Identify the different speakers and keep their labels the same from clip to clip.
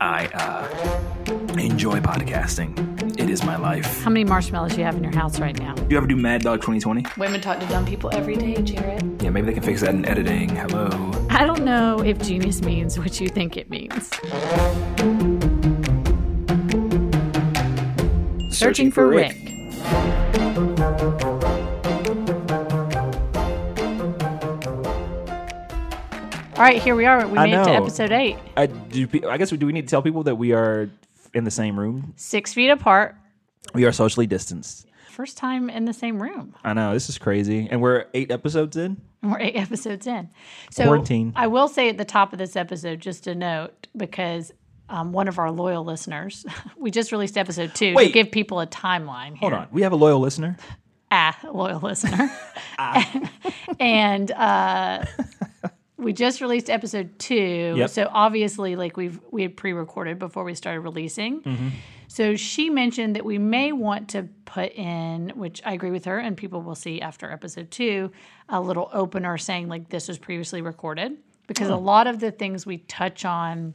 Speaker 1: I uh, enjoy podcasting. It is my life.
Speaker 2: How many marshmallows do you have in your house right now?
Speaker 1: You ever do Mad Dog 2020?
Speaker 3: Women talk to dumb people every day, Jared.
Speaker 1: Yeah, maybe they can fix that in editing. Hello.
Speaker 2: I don't know if genius means what you think it means.
Speaker 1: Searching,
Speaker 2: Searching for Rick. All right, here we are. We
Speaker 4: I
Speaker 2: made it to
Speaker 4: know.
Speaker 2: episode eight.
Speaker 4: I do. pe- I guess we do. We need to tell people that we are in the same room.
Speaker 2: Six feet apart.
Speaker 4: We are socially distanced.
Speaker 2: First time in the same room.
Speaker 4: I know this is crazy, and we're eight episodes in.
Speaker 2: And we're eight episodes in. So
Speaker 4: Quarantine.
Speaker 2: I will say at the top of this episode, just a note, because um, one of our loyal listeners, we just released episode two to
Speaker 4: Wait.
Speaker 2: give people a timeline.
Speaker 4: Hold on, we have a loyal listener.
Speaker 2: ah, loyal listener. and uh, we just released episode two.
Speaker 4: Yep.
Speaker 2: So obviously, like we've we had pre-recorded before we started releasing. So she mentioned that we may want to put in, which I agree with her, and people will see after episode two, a little opener saying like this was previously recorded. Because a lot of the things we touch on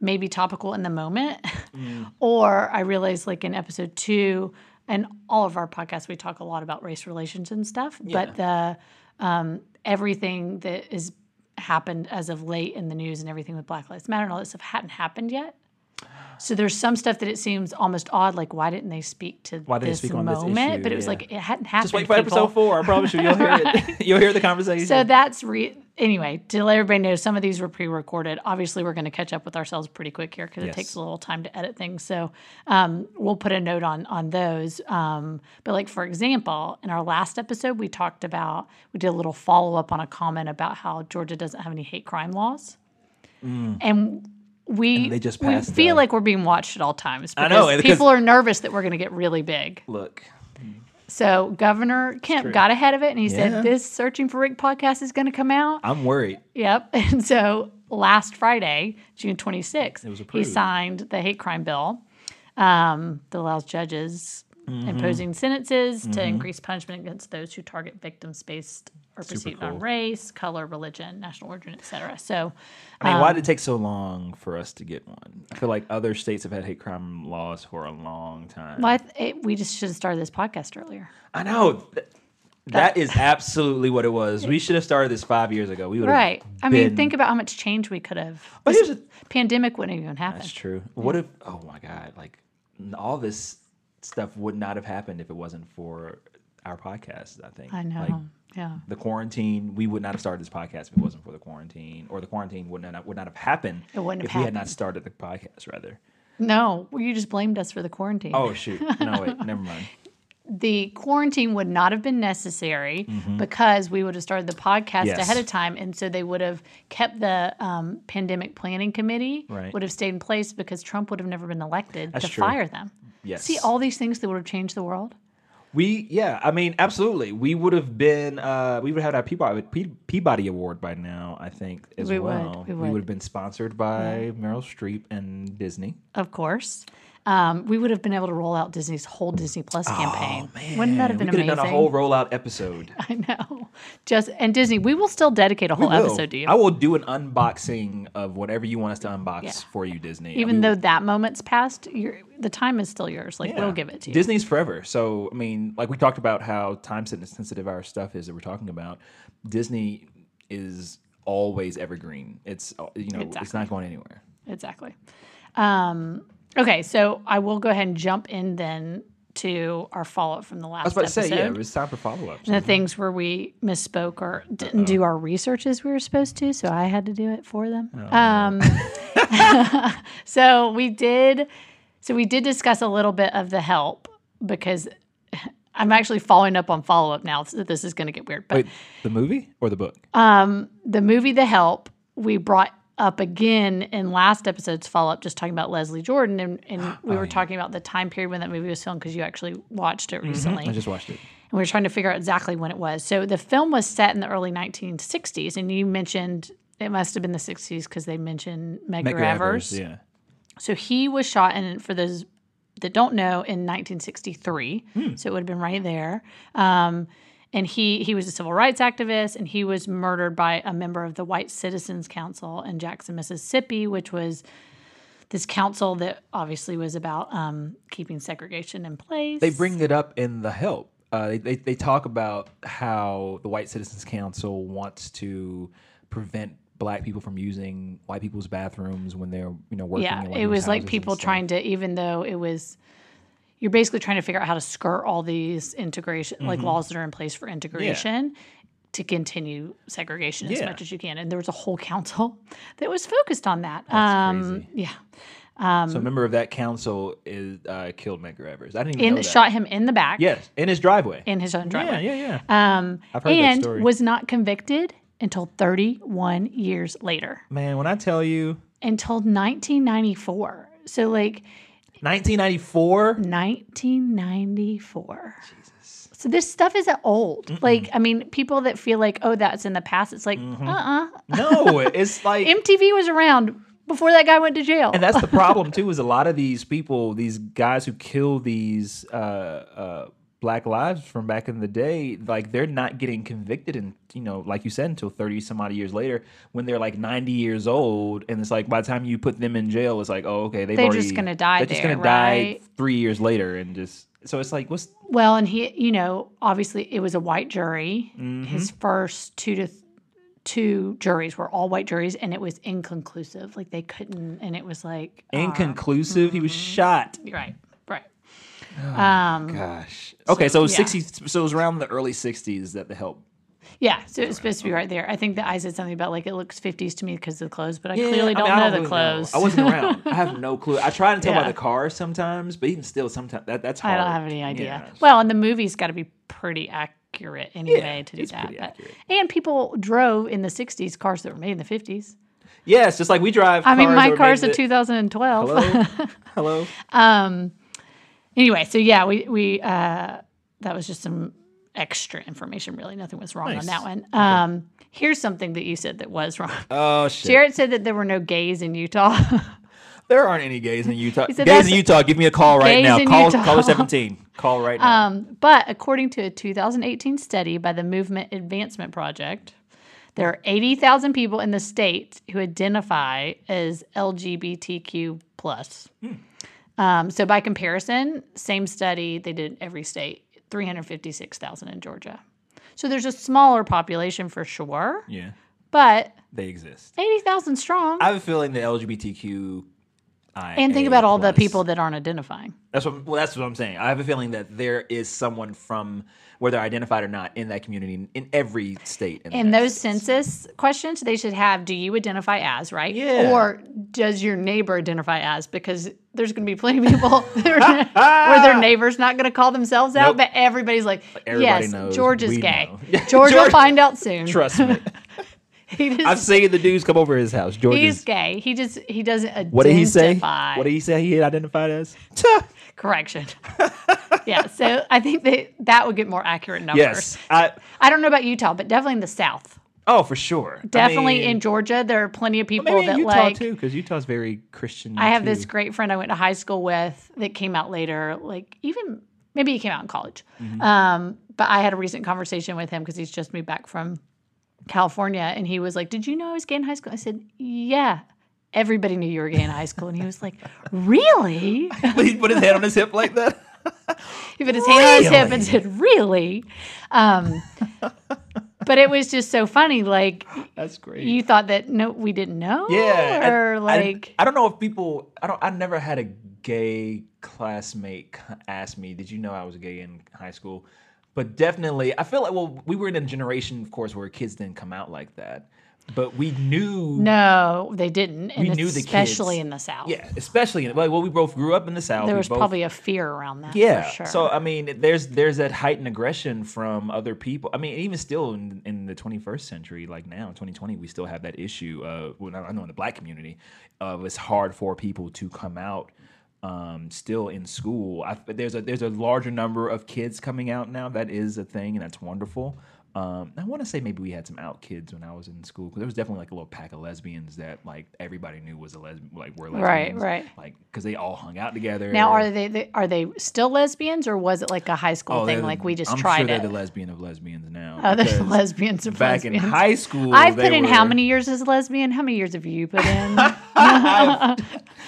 Speaker 2: may be topical in the moment.
Speaker 4: Mm.
Speaker 2: Or I realized, like in episode two, and all of our podcasts, we talk a lot about race relations and stuff. But the um, everything that is happened as of late in the news and everything with Black Lives Matter and all that stuff hadn't happened yet. So there's some stuff that it seems almost odd, like why didn't they speak to
Speaker 4: Why didn't they
Speaker 2: this
Speaker 4: speak on this
Speaker 2: moment?
Speaker 4: issue?
Speaker 2: But it was
Speaker 4: Yeah.
Speaker 2: like it hadn't happened.
Speaker 4: Just wait for
Speaker 2: people.
Speaker 4: episode four. I promise you, you'll hear it. You'll hear the conversation.
Speaker 2: So that's re- anyway to let everybody know. Some of these were pre-recorded. Obviously, we're going to catch up with ourselves pretty quick here because
Speaker 4: Yes.
Speaker 2: it takes a little time to edit things. So um, we'll put a note on on those. Um, but like for example, in our last episode, we talked about we did a little follow up on a comment about how Georgia doesn't have any hate crime laws, and. We,
Speaker 4: Mm. they just
Speaker 2: we
Speaker 4: passed
Speaker 2: feel
Speaker 4: the-
Speaker 2: like we're being watched at all times
Speaker 4: I
Speaker 2: because
Speaker 4: know, because-
Speaker 2: people are nervous that we're going to get really big.
Speaker 4: Look,
Speaker 2: So Governor Kemp got ahead of it and he
Speaker 4: Yeah.
Speaker 2: said, This Searching for Rick podcast is going to come out.
Speaker 4: I'm worried.
Speaker 2: Yep. And so last Friday, June 26th, he
Speaker 4: approved.
Speaker 2: signed the hate crime bill um, that allows judges
Speaker 4: Mm-hmm.
Speaker 2: imposing sentences to increase punishment against those who target victims based or perceived on
Speaker 4: cool.
Speaker 2: race, color, religion, national origin, et cetera. So
Speaker 4: I mean, why
Speaker 2: Um,
Speaker 4: did it take so long for us to get one? I feel like other states have had hate crime laws for a long time.
Speaker 2: why it, we just should have started this podcast earlier.
Speaker 4: I know. Th- that is absolutely what it was. We should have started this five years ago. We would have
Speaker 2: Right. I mean,
Speaker 4: been-
Speaker 2: think about how much change we could have.
Speaker 4: But
Speaker 2: This
Speaker 4: here's the-
Speaker 2: pandemic wouldn't even happen.
Speaker 4: That's true. What if? Oh my God! Like n- all this stuff would not have happened if it wasn't for our podcast. I think.
Speaker 2: I know.
Speaker 4: Like,
Speaker 2: yeah.
Speaker 4: the quarantine, we would not have started this podcast if it wasn't for the quarantine, or the quarantine would not would not have happened.
Speaker 2: It wouldn't
Speaker 4: if
Speaker 2: have
Speaker 4: we had not
Speaker 2: happened.
Speaker 4: started the podcast. Rather.
Speaker 2: No, you just blamed us for the quarantine.
Speaker 4: Oh shoot! No wait, never mind.
Speaker 2: the quarantine would not have been necessary because we would have started the podcast
Speaker 4: Mm-hmm. Yes.
Speaker 2: ahead of time and so they would have kept the um, pandemic planning committee
Speaker 4: Right.
Speaker 2: would have stayed in place because trump would have never been elected
Speaker 4: That's
Speaker 2: to
Speaker 4: true.
Speaker 2: fire them
Speaker 4: Yes.
Speaker 2: see all these things that would have changed the world
Speaker 4: We yeah, I mean absolutely. We would have been uh, we would have had our Peabody, Pe- Peabody Award by now, I think as
Speaker 2: We would,
Speaker 4: well.
Speaker 2: we
Speaker 4: would
Speaker 2: would.
Speaker 4: have been sponsored by Meryl Streep and Disney.
Speaker 2: of course um, we would have been able to roll out disney's whole disney plus campaign wouldn't that have been
Speaker 4: we could
Speaker 2: amazing
Speaker 4: have done a whole rollout episode.
Speaker 2: i know just and disney we will still dedicate a whole
Speaker 4: Will.
Speaker 2: episode to you
Speaker 4: I will do an unboxing of whatever you want us to unbox for you, Disney.
Speaker 2: even
Speaker 4: We-
Speaker 2: though that moment's passed your the time is still yours like
Speaker 4: yeah.
Speaker 2: we'll give it to you
Speaker 4: Disney's forever. So I mean, like we talked about how time sen- sensitive our stuff is that we're talking about. Disney is always evergreen. It's uh, you know it's
Speaker 2: Exactly.
Speaker 4: not going anywhere.
Speaker 2: Exactly. Um, okay, so I will go ahead and jump in then to our follow up from the
Speaker 4: I
Speaker 2: last
Speaker 4: was about to say,
Speaker 2: episode.
Speaker 4: yeah, it was time for follow ups.
Speaker 2: the things where we misspoke or didn't do our research as we were supposed to, so I had to do it for them.
Speaker 4: Oh,
Speaker 2: Um, so we did. So we did discuss a little bit of the help because I'm actually following up on follow up now. So this is going to get weird, but
Speaker 4: Wait, the movie or the book?
Speaker 2: Uh, the movie The Help we brought up again in last episode's follow up, just talking about Leslie Jordan, and, and we were talking about the time period when that movie was filmed because you actually watched it recently,
Speaker 4: I just watched it.
Speaker 2: and we were trying to figure out exactly when it was. So the film was set in the early 1960s, and you mentioned it must have been the 60s because they mentioned Meg, Evers.
Speaker 4: yeah.
Speaker 2: So he was shot in, for those that don't know, in 1963. So it would have been right there. Um, and he he was a civil rights activist, and he was murdered by a member of the White Citizens Council in Jackson, Mississippi, which was this council that obviously was about um, keeping segregation in place.
Speaker 4: They bring it up in the help. Uh, they, they, they talk about how the White Citizens Council wants to prevent black people from using white people's bathrooms when they're you know working.
Speaker 2: yeah,
Speaker 4: in white
Speaker 2: it
Speaker 4: people's
Speaker 2: was
Speaker 4: houses
Speaker 2: like
Speaker 4: and
Speaker 2: people
Speaker 4: stuff.
Speaker 2: trying to, even though it was, you're basically trying to figure out how to skirt all these integration, like
Speaker 4: Mm-hmm.
Speaker 2: laws that are in place for integration. To continue segregation as
Speaker 4: Yeah.
Speaker 2: much as you can, and there was a whole council that was focused on that. um,
Speaker 4: crazy.
Speaker 2: Yeah,
Speaker 4: so a member of that council is uh, killed Medgar Evers. I didn't even know
Speaker 2: and
Speaker 4: that.
Speaker 2: shot him in the back.
Speaker 4: Yes, in his driveway.
Speaker 2: in his own driveway.
Speaker 4: yeah, yeah, yeah.
Speaker 2: Um,
Speaker 4: I've heard that
Speaker 2: and
Speaker 4: story.
Speaker 2: was not convicted until 31 years later,
Speaker 4: Man, when I tell you,
Speaker 2: until 1994. So like
Speaker 4: 1994.
Speaker 2: 1994. Jesus. So this stuff isn't old. Like I mean, people that feel like oh that's in the past, it's like
Speaker 4: Mm-hmm.
Speaker 2: uh uh
Speaker 4: No, it's like
Speaker 2: MTV was around before that guy went to jail.
Speaker 4: And that's the problem too. Is a lot of these people, these guys who kill these uh, uh, black lives from back in the day, like they're not getting convicted, and you know, like you said, until thirty some odd years later, when they're like ninety years old, and it's like by the time you put them in jail, it's like, oh, okay, they've
Speaker 2: They're
Speaker 4: already,
Speaker 2: just gonna die
Speaker 4: They're just
Speaker 2: there,
Speaker 4: gonna die
Speaker 2: right?
Speaker 4: three years later, and just so it's like, what's
Speaker 2: Well, and he, you know, obviously it was a white jury.
Speaker 4: Mm-hmm.
Speaker 2: His first two to th- two juries were all white juries, and it was inconclusive. Like they couldn't, and it was like
Speaker 4: inconclusive? He was
Speaker 2: Mm-hmm.
Speaker 4: shot.
Speaker 2: right, right. Um,
Speaker 4: Gosh. Okay, so it was
Speaker 2: yeah.
Speaker 4: sixty. So it was around the early sixties that the help.
Speaker 2: Yeah, so it was supposed to be right there. I think that I said something about like it looks 50s to me because of the clothes, but I
Speaker 4: Yeah,
Speaker 2: clearly
Speaker 4: I mean,
Speaker 2: don't
Speaker 4: I
Speaker 2: know the
Speaker 4: really
Speaker 2: clothes.
Speaker 4: I wasn't around. I have no clue. I try to tell by
Speaker 2: Yeah.
Speaker 4: the car sometimes, but even still, sometimes that, that's
Speaker 2: I
Speaker 4: hard.
Speaker 2: don't have any idea.
Speaker 4: Yeah.
Speaker 2: Well, and the movie's got to be pretty accurate anyway to do
Speaker 4: it's
Speaker 2: that.
Speaker 4: pretty
Speaker 2: but-
Speaker 4: accurate.
Speaker 2: and people drove in the 60s cars that were made in the 50s.
Speaker 4: Yeah, it's just like we drive.
Speaker 2: I mean, my
Speaker 4: that are
Speaker 2: car's
Speaker 4: made
Speaker 2: a
Speaker 4: in the-
Speaker 2: 2012.
Speaker 4: Hello, hello.
Speaker 2: anyway, so yeah, we we uh, that was just some extra information. Really, nothing was wrong on
Speaker 4: Nice.
Speaker 2: that one. Um, here's something that you said that was wrong.
Speaker 4: Oh shit!
Speaker 2: Jared said that there were no gays in Utah.
Speaker 4: There aren't any gays in Utah.
Speaker 2: said
Speaker 4: Gays
Speaker 2: that's-
Speaker 4: in Utah, give me a call right
Speaker 2: Gays
Speaker 4: now.
Speaker 2: in
Speaker 4: Call
Speaker 2: Utah.
Speaker 4: caller seventeen. Call right now.
Speaker 2: um, but according to a 2018 study by the Movement Advancement Project, there are 80,000 people in the state who identify as LGBTQ plus. Um, so by comparison, same study they did in every state, 356,000 in Georgia. So there's a smaller population for sure,
Speaker 4: yeah,
Speaker 2: but
Speaker 4: they exist.
Speaker 2: 80,000 strong.
Speaker 4: I have a feeling the LGBTQ.
Speaker 2: and think about all the people that aren't identifying.
Speaker 4: That's what. Well, that's what I'm saying. I have a feeling that there is someone from whether identified or not in that community in every state. in the
Speaker 2: And
Speaker 4: United
Speaker 2: those
Speaker 4: States.
Speaker 2: census questions they should have do you identify as, right?
Speaker 4: Yeah.
Speaker 2: Or does your neighbor identify as? Because there's going to be plenty of people that are, where their neighbor's not going to call themselves out,
Speaker 4: Nope.
Speaker 2: but everybody's like,
Speaker 4: Everybody
Speaker 2: yes,
Speaker 4: knows.
Speaker 2: George is
Speaker 4: We
Speaker 2: gay.
Speaker 4: know."
Speaker 2: George will
Speaker 4: George-
Speaker 2: find out soon.
Speaker 4: Trust me.
Speaker 2: He just,
Speaker 4: I've seen the dudes come over to his house. George
Speaker 2: he's
Speaker 4: is,
Speaker 2: gay. He just, he doesn't identify.
Speaker 4: what did he say? What did he say he had identified as? Tuh.
Speaker 2: Correction. yeah. So I think that that would get more accurate numbers.
Speaker 4: yes. I,
Speaker 2: I don't know about Utah, but definitely in the South.
Speaker 4: oh, for sure.
Speaker 2: Definitely
Speaker 4: I mean,
Speaker 2: in Georgia, there are plenty of people
Speaker 4: maybe in
Speaker 2: that
Speaker 4: Utah
Speaker 2: like.
Speaker 4: too, because Utah's very Christian.
Speaker 2: I have
Speaker 4: too.
Speaker 2: this great friend I went to high school with that came out later, like even maybe he came out in college.
Speaker 4: Mm-hmm.
Speaker 2: Um, but I had a recent conversation with him because he's just moved back from California, and he was like, "Did you know I was gay in high school?" I said, "Yeah." Everybody knew you were gay in high school, and he was like, "Really?"
Speaker 4: He put his hand on his hip like that.
Speaker 2: He put his hand on his hip and said, "Really?" Um, but it was just so funny. Like
Speaker 4: That's great.
Speaker 2: you thought that no, we didn't know,
Speaker 4: yeah. I-
Speaker 2: or
Speaker 4: I,
Speaker 2: like
Speaker 4: I, don't know if people. I don't. I never had a gay classmate c- ask me, "Did you know I was gay in high school?" But definitely, I feel like well, we were in a generation, of course, where kids didn't come out like that. But we knew
Speaker 2: No, they didn't. And
Speaker 4: We knew the
Speaker 2: especially
Speaker 4: kids.
Speaker 2: in the South.
Speaker 4: Yeah, especially in well, well, we both grew up in the South.
Speaker 2: There
Speaker 4: We
Speaker 2: was
Speaker 4: both-
Speaker 2: probably a fear around that.
Speaker 4: yeah.
Speaker 2: For sure.
Speaker 4: So I mean, there's there's that heightened aggression from other people. I mean, even still in, in the 21st century, like now 2020, we still have that issue of well, I know in the Black community, of it's hard for people to come out. Um, still in school, I, there's a there's a larger number of kids coming out now. That is a thing, and that's wonderful. Um, I want to say maybe we had some out kids when I was in school 'cause there was definitely like a little pack of lesbians that like everybody knew was a lesbian, like were
Speaker 2: Right,
Speaker 4: lesbians,
Speaker 2: right.
Speaker 4: Like because they all hung out together.
Speaker 2: now, are they, they are they still lesbians, or was it like a high school
Speaker 4: Oh,
Speaker 2: thing?
Speaker 4: they're the-
Speaker 2: like we just
Speaker 4: I'm
Speaker 2: tried
Speaker 4: sure
Speaker 2: it.
Speaker 4: They're the lesbian of lesbians now.
Speaker 2: Oh, there's
Speaker 4: because
Speaker 2: lesbians of
Speaker 4: Back
Speaker 2: lesbians.
Speaker 4: in high school,
Speaker 2: I've
Speaker 4: they
Speaker 2: put in how
Speaker 4: were-
Speaker 2: many years as a lesbian? How many years have you put in?
Speaker 4: I've,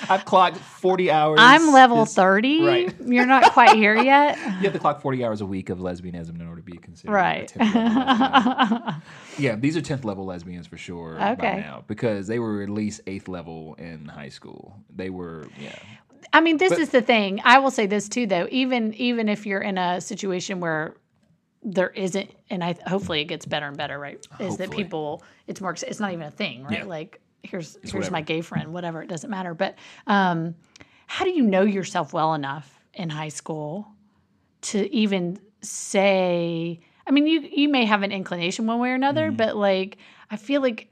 Speaker 4: I've clocked 40 hours.
Speaker 2: I'm level
Speaker 4: It's-
Speaker 2: 30.
Speaker 4: right.
Speaker 2: You're not quite here yet.
Speaker 4: You have to clock 40 hours a week of lesbianism in order to be considered. a
Speaker 2: Right.
Speaker 4: 10th level lesbian. yeah, these are 10th level lesbians for sure by
Speaker 2: Okay.
Speaker 4: now because they were at least 8th level in high school. They were, yeah.
Speaker 2: I mean, this is the thing. I will say this too, though. Even even if you're in a situation where there isn't, and I hopefully it gets better and better, right? Is that
Speaker 4: Hopefully.
Speaker 2: people? It's more. It's not even a thing, right?
Speaker 4: Yeah.
Speaker 2: Like here's here's
Speaker 4: whatever.
Speaker 2: my gay friend, whatever. It doesn't matter. But um, how do you know yourself well enough in high school to even say? I mean, you you may have an inclination one way or another,
Speaker 4: Mm-hmm.
Speaker 2: but like I feel like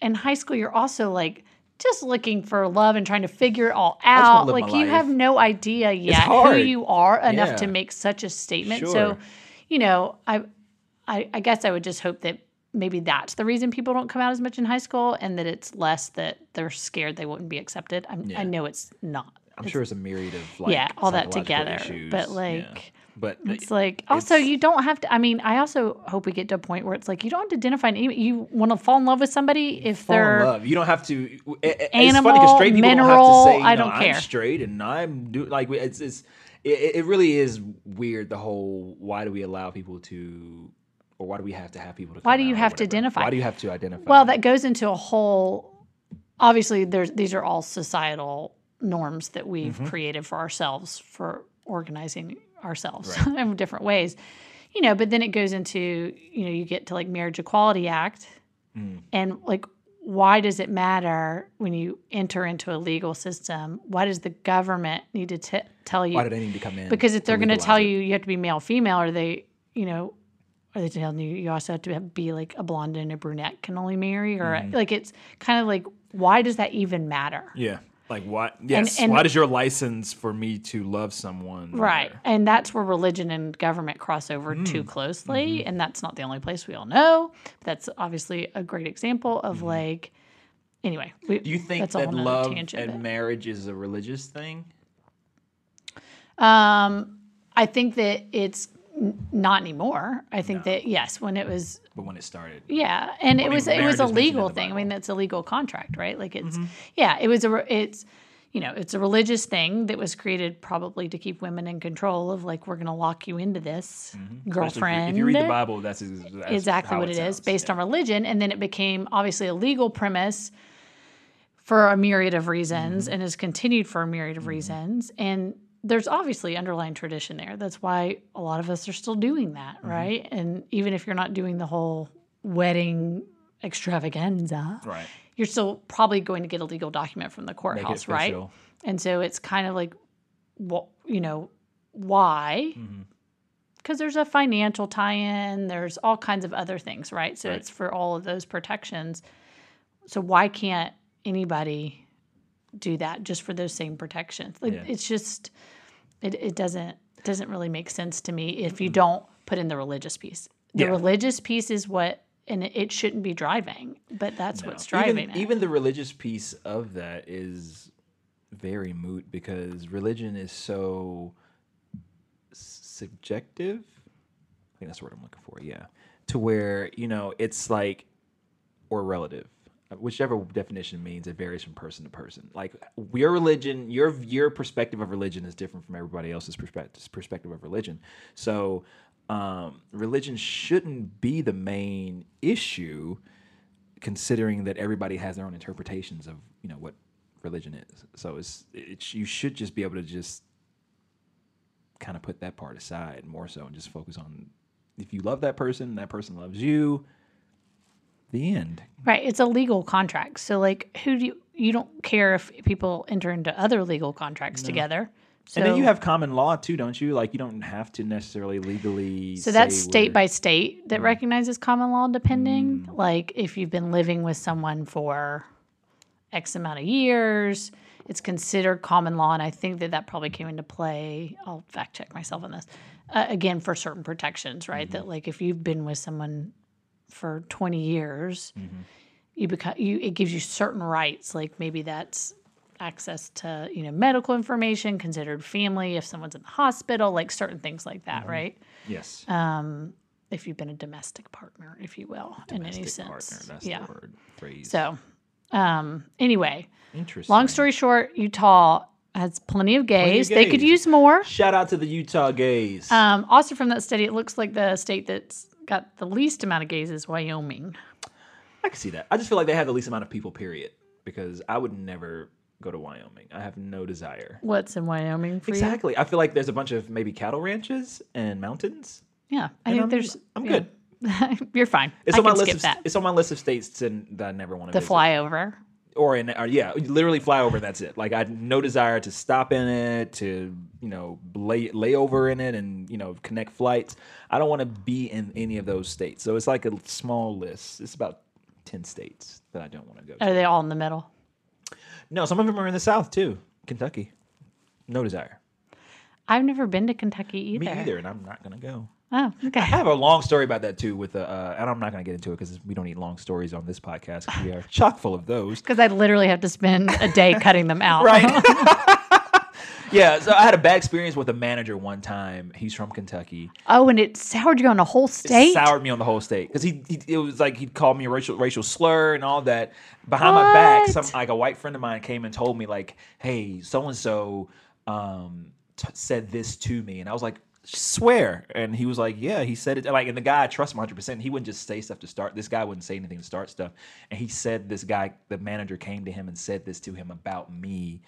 Speaker 2: in high school you're also like just looking for love and trying to figure it all out.
Speaker 4: live
Speaker 2: Like
Speaker 4: my
Speaker 2: you
Speaker 4: life.
Speaker 2: have no idea yet who
Speaker 4: hard.
Speaker 2: you are enough to
Speaker 4: Yeah.
Speaker 2: make such a statement.
Speaker 4: Sure.
Speaker 2: So, you know, I, I I guess I would just hope that maybe that's the reason people don't come out as much in high school and that it's less that they're scared they wouldn't be accepted. I'm, I know it's not.
Speaker 4: I'm sure it's a myriad of like
Speaker 2: Yeah, all that
Speaker 4: psychological
Speaker 2: together,
Speaker 4: issues.
Speaker 2: but,
Speaker 4: Yeah.
Speaker 2: like,
Speaker 4: but uh,
Speaker 2: It's like also you don't have to. I mean, I also hope we get to a point where it's like you don't have to identify. An, you want to fall in love with somebody if
Speaker 4: fall
Speaker 2: they're
Speaker 4: in love. You don't have to. i- i- it's funny
Speaker 2: Animal,
Speaker 4: because straight people
Speaker 2: mineral,
Speaker 4: don't have to say,
Speaker 2: I
Speaker 4: you know,
Speaker 2: don't
Speaker 4: I'm
Speaker 2: care."
Speaker 4: straight and I'm do like we- it's it's it, it really is weird. The whole why do we allow people to or why do we have to have people to
Speaker 2: Why
Speaker 4: come
Speaker 2: do you
Speaker 4: out or
Speaker 2: have to
Speaker 4: whatever?
Speaker 2: identify?
Speaker 4: Why do you have to identify?
Speaker 2: Well, that goes into a whole. Obviously, there's these are all societal norms that we've
Speaker 4: Mm-hmm.
Speaker 2: created for ourselves for organizing ourselves in different ways, you know. But then it goes into you know you get to like Marriage Equality Act,
Speaker 4: Mm.
Speaker 2: and like why does it matter when you enter into a legal system? Why does the government need to t- tell you?
Speaker 4: why do they need to come in?
Speaker 2: because if
Speaker 4: to
Speaker 2: they're going to
Speaker 4: legalize
Speaker 2: tell
Speaker 4: it?
Speaker 2: you you have to be male female or they you know are they telling you you also have to be like a blonde and a brunette can only marry or
Speaker 4: Mm-hmm.
Speaker 2: like it's kind of like why does that even matter
Speaker 5: Yeah. Like why? Yes.
Speaker 2: and-
Speaker 5: why does your license for me to love someone?
Speaker 2: right
Speaker 5: matter?
Speaker 2: and that's where religion and government cross over too
Speaker 4: Mm.
Speaker 2: closely
Speaker 4: Mm-hmm.
Speaker 2: and that's not the only place we all know that's obviously a great example of like anyway we,
Speaker 4: Mm-hmm. Do you think
Speaker 2: that's a whole
Speaker 4: that
Speaker 2: nother
Speaker 4: love
Speaker 2: tangent,
Speaker 4: and
Speaker 2: but-
Speaker 4: marriage is a religious thing?
Speaker 2: um i think that it's n- not anymore i think that yes when it was
Speaker 4: But when it started,
Speaker 2: Yeah, and it
Speaker 4: Well,
Speaker 2: was
Speaker 4: even
Speaker 2: it was
Speaker 4: marriage is
Speaker 2: a
Speaker 4: mentioned in
Speaker 2: legal
Speaker 4: the
Speaker 2: thing. I
Speaker 4: Bible.
Speaker 2: mean, that's a legal contract, right? Like it's
Speaker 5: Mm-hmm.
Speaker 2: yeah, it was a re- it's you know it's a religious thing that was created probably to keep women in control of like we're going to lock you into this
Speaker 5: Especially Mm-hmm. if you-
Speaker 2: girlfriend.
Speaker 5: If you read the Bible, that's, ex- that's
Speaker 2: exactly
Speaker 5: how
Speaker 2: what it is
Speaker 5: sounds.
Speaker 2: based on religion, and then it became obviously a legal premise for a myriad of reasons,
Speaker 5: Mm-hmm.
Speaker 2: and has continued for a myriad of reasons, and. There's obviously underlying tradition there. That's why a lot of us are still doing that,
Speaker 5: Mm-hmm.
Speaker 2: right? And even if you're not doing the whole wedding extravaganza,
Speaker 5: Right.
Speaker 2: you're still probably going to get a legal document from the courthouse, right?
Speaker 4: official.
Speaker 2: And so it's kind of like, well, you know, why?
Speaker 4: Mm-hmm.
Speaker 2: Because there's a financial tie-in. There's all kinds of other things, right? So it's for all of those protections. So why can't anybody do that just for those same protections? Like it's just, it, it doesn't doesn't really make sense to me if you don't put in the religious piece. The
Speaker 4: Mm-hmm. Yeah.
Speaker 2: religious piece is what, and it- it shouldn't be driving, but that's what's
Speaker 4: even,
Speaker 2: driving it.
Speaker 4: even the religious piece of that is very moot because religion is so subjective. I think that's the word I'm looking for. Yeah, to where you know it's like or relative, Uh, whichever definition means it varies from person to person. Like your religion, your your perspective of religion is different from everybody else's perspective perspective of religion. So um, religion shouldn't be the main issue considering that everybody has their own interpretations of you know what religion is. So it's, it's you should just be able to just kind of put that part aside more so and just focus on if you love that person, that person loves you. The end.
Speaker 2: Right. It's a legal contract. So like who do you you don't care if people enter into other legal contracts together. So
Speaker 4: and then you have common law too, don't you? Like you don't have to necessarily legally.
Speaker 2: so that's
Speaker 4: say
Speaker 2: state
Speaker 4: we're- Mm.
Speaker 2: by state that recognizes common law depending. Like if you've been living with someone for X amount of years, it's considered common law. And I think that that probably came into play. I'll fact check myself on this uh, again for certain protections,
Speaker 4: Mm-hmm.
Speaker 2: right? That like if you've been with someone for 20 years,
Speaker 4: Mm-hmm.
Speaker 2: you become you it gives you certain rights like maybe that's access to you know medical information considered family if someone's in the hospital like certain things like that
Speaker 4: Mm-hmm.
Speaker 2: right
Speaker 4: yes.
Speaker 2: uh, if you've been a domestic partner if you will in any
Speaker 4: Domestic
Speaker 2: sense
Speaker 4: partner. That's
Speaker 2: yeah
Speaker 4: the word phrase.
Speaker 2: so Um, anyway,
Speaker 4: Interesting.
Speaker 2: long story short, Utah has plenty of gays. They could
Speaker 4: gays.
Speaker 2: use more.
Speaker 4: Shout out to the Utah gays.
Speaker 2: Um, also, from that study, it looks like the state that's got the least amount of gays is Wyoming.
Speaker 4: I can see that. I just feel like they have the least amount of people, period. Because I would never go to Wyoming. I have no desire.
Speaker 2: What's in Wyoming for
Speaker 4: Exactly. I feel like there's a bunch of maybe cattle ranches and mountains.
Speaker 2: you? Yeah, I
Speaker 4: And
Speaker 2: think
Speaker 4: I'm-
Speaker 2: there's.
Speaker 4: I'm
Speaker 2: yeah. You're fine.
Speaker 4: It's
Speaker 2: I
Speaker 4: on my
Speaker 2: can
Speaker 4: list
Speaker 2: skip
Speaker 4: of
Speaker 2: that.
Speaker 4: it's on my list of states to, that I never want to
Speaker 2: The
Speaker 4: visit.
Speaker 2: flyover.
Speaker 4: or in or, yeah, literally fly over. That's it. Like I had no desire to stop in it, to you know lay lay over in it, and you know connect flights. I don't want to be in any of those states. So it's like a small list. It's about ten states that I don't want to go. to.
Speaker 2: Are they all in the middle?
Speaker 4: No, some of them are in the South too. Kentucky, no desire.
Speaker 2: I've never been to Kentucky either.
Speaker 4: Me either, and I'm not gonna go.
Speaker 2: Oh, okay.
Speaker 4: I have a long story about that too. With uh, uh and I'm not gonna get into it because we don't need long stories on this podcast. 'cause We are chock full of those.
Speaker 2: Because I literally have to spend a day cutting them out.
Speaker 4: Right. yeah. So I had a bad experience with a manager one time. He's from Kentucky.
Speaker 2: Oh, and it soured you on a whole state.
Speaker 4: Soured me on the whole state because he, he it was like he'd call me a racial racial slur and all that behind my back. Some
Speaker 2: What?
Speaker 4: like a white friend of mine came and told me like, hey, so and so um t- said this to me, and I was like. Swear, and he was like, "Yeah, he said it." Like, and the guy I trust him 100. percent He wouldn't just say stuff to start. This guy wouldn't say anything to start stuff, and he said this guy, the manager, came to him and said this to him about me,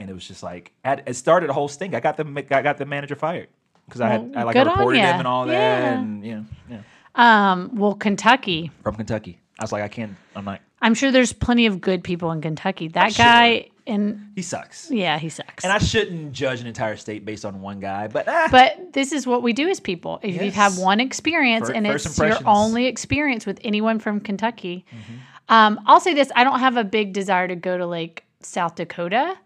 Speaker 4: and it was just like at, it started a whole stink. I got the I got the manager fired because I had
Speaker 2: Well,
Speaker 4: I like
Speaker 2: good
Speaker 4: I
Speaker 2: on
Speaker 4: reported
Speaker 2: ya.
Speaker 4: him and all that,
Speaker 2: Yeah.
Speaker 4: and yeah, yeah
Speaker 2: Um, well, Kentucky.
Speaker 4: from Kentucky. I was like, I can't. I'm not.
Speaker 2: I'm sure there's plenty of good people in Kentucky. That
Speaker 4: Oh, sure.
Speaker 2: guy and
Speaker 4: He sucks,
Speaker 2: yeah, he sucks.
Speaker 4: and I shouldn't judge an entire state based on one guy. But ah,
Speaker 2: but this is what we do as people. If you've had
Speaker 4: Yes.
Speaker 2: one experience
Speaker 4: Fir-
Speaker 2: and
Speaker 4: first
Speaker 2: it's your
Speaker 4: impressions.
Speaker 2: only experience with anyone from Kentucky,
Speaker 4: Mm-hmm.
Speaker 2: um, I'll say this: I don't have a big desire to go to like South Dakota,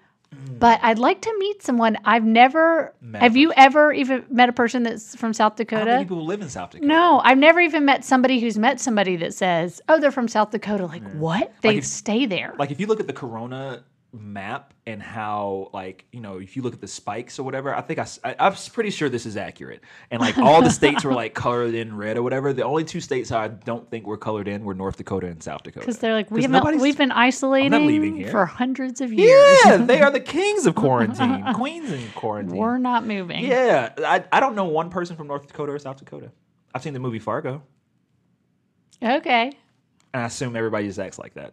Speaker 2: but I'd like to meet someone I've never.
Speaker 4: Mm. Met a
Speaker 2: have you ever even met a person that's from South
Speaker 4: how many
Speaker 2: Dakota?
Speaker 4: people live in South Dakota?
Speaker 2: uh, No, I've never even met somebody who's met somebody that says, "Oh, they're from South Dakota." Like what? They
Speaker 4: if-
Speaker 2: stay there.
Speaker 4: Like if you look at the Corona map and how like you know if you look at the spikes or whatever i think I, s- I am pretty sure this is accurate and like all the states were like colored in red or whatever the only two states i don't think were colored in were north dakota and south dakota
Speaker 2: because they're like we
Speaker 4: 'Cause
Speaker 2: haven't,
Speaker 4: nobody's-
Speaker 2: we've been isolating
Speaker 4: leaving here.
Speaker 2: for hundreds of years.
Speaker 4: yeah they are the kings of quarantine queens in quarantine
Speaker 2: We're not moving.
Speaker 4: Yeah, I, I don't know one person from North Dakota or South Dakota. I've seen the movie Fargo,
Speaker 2: Okay.
Speaker 4: and I assume everybody just acts like that.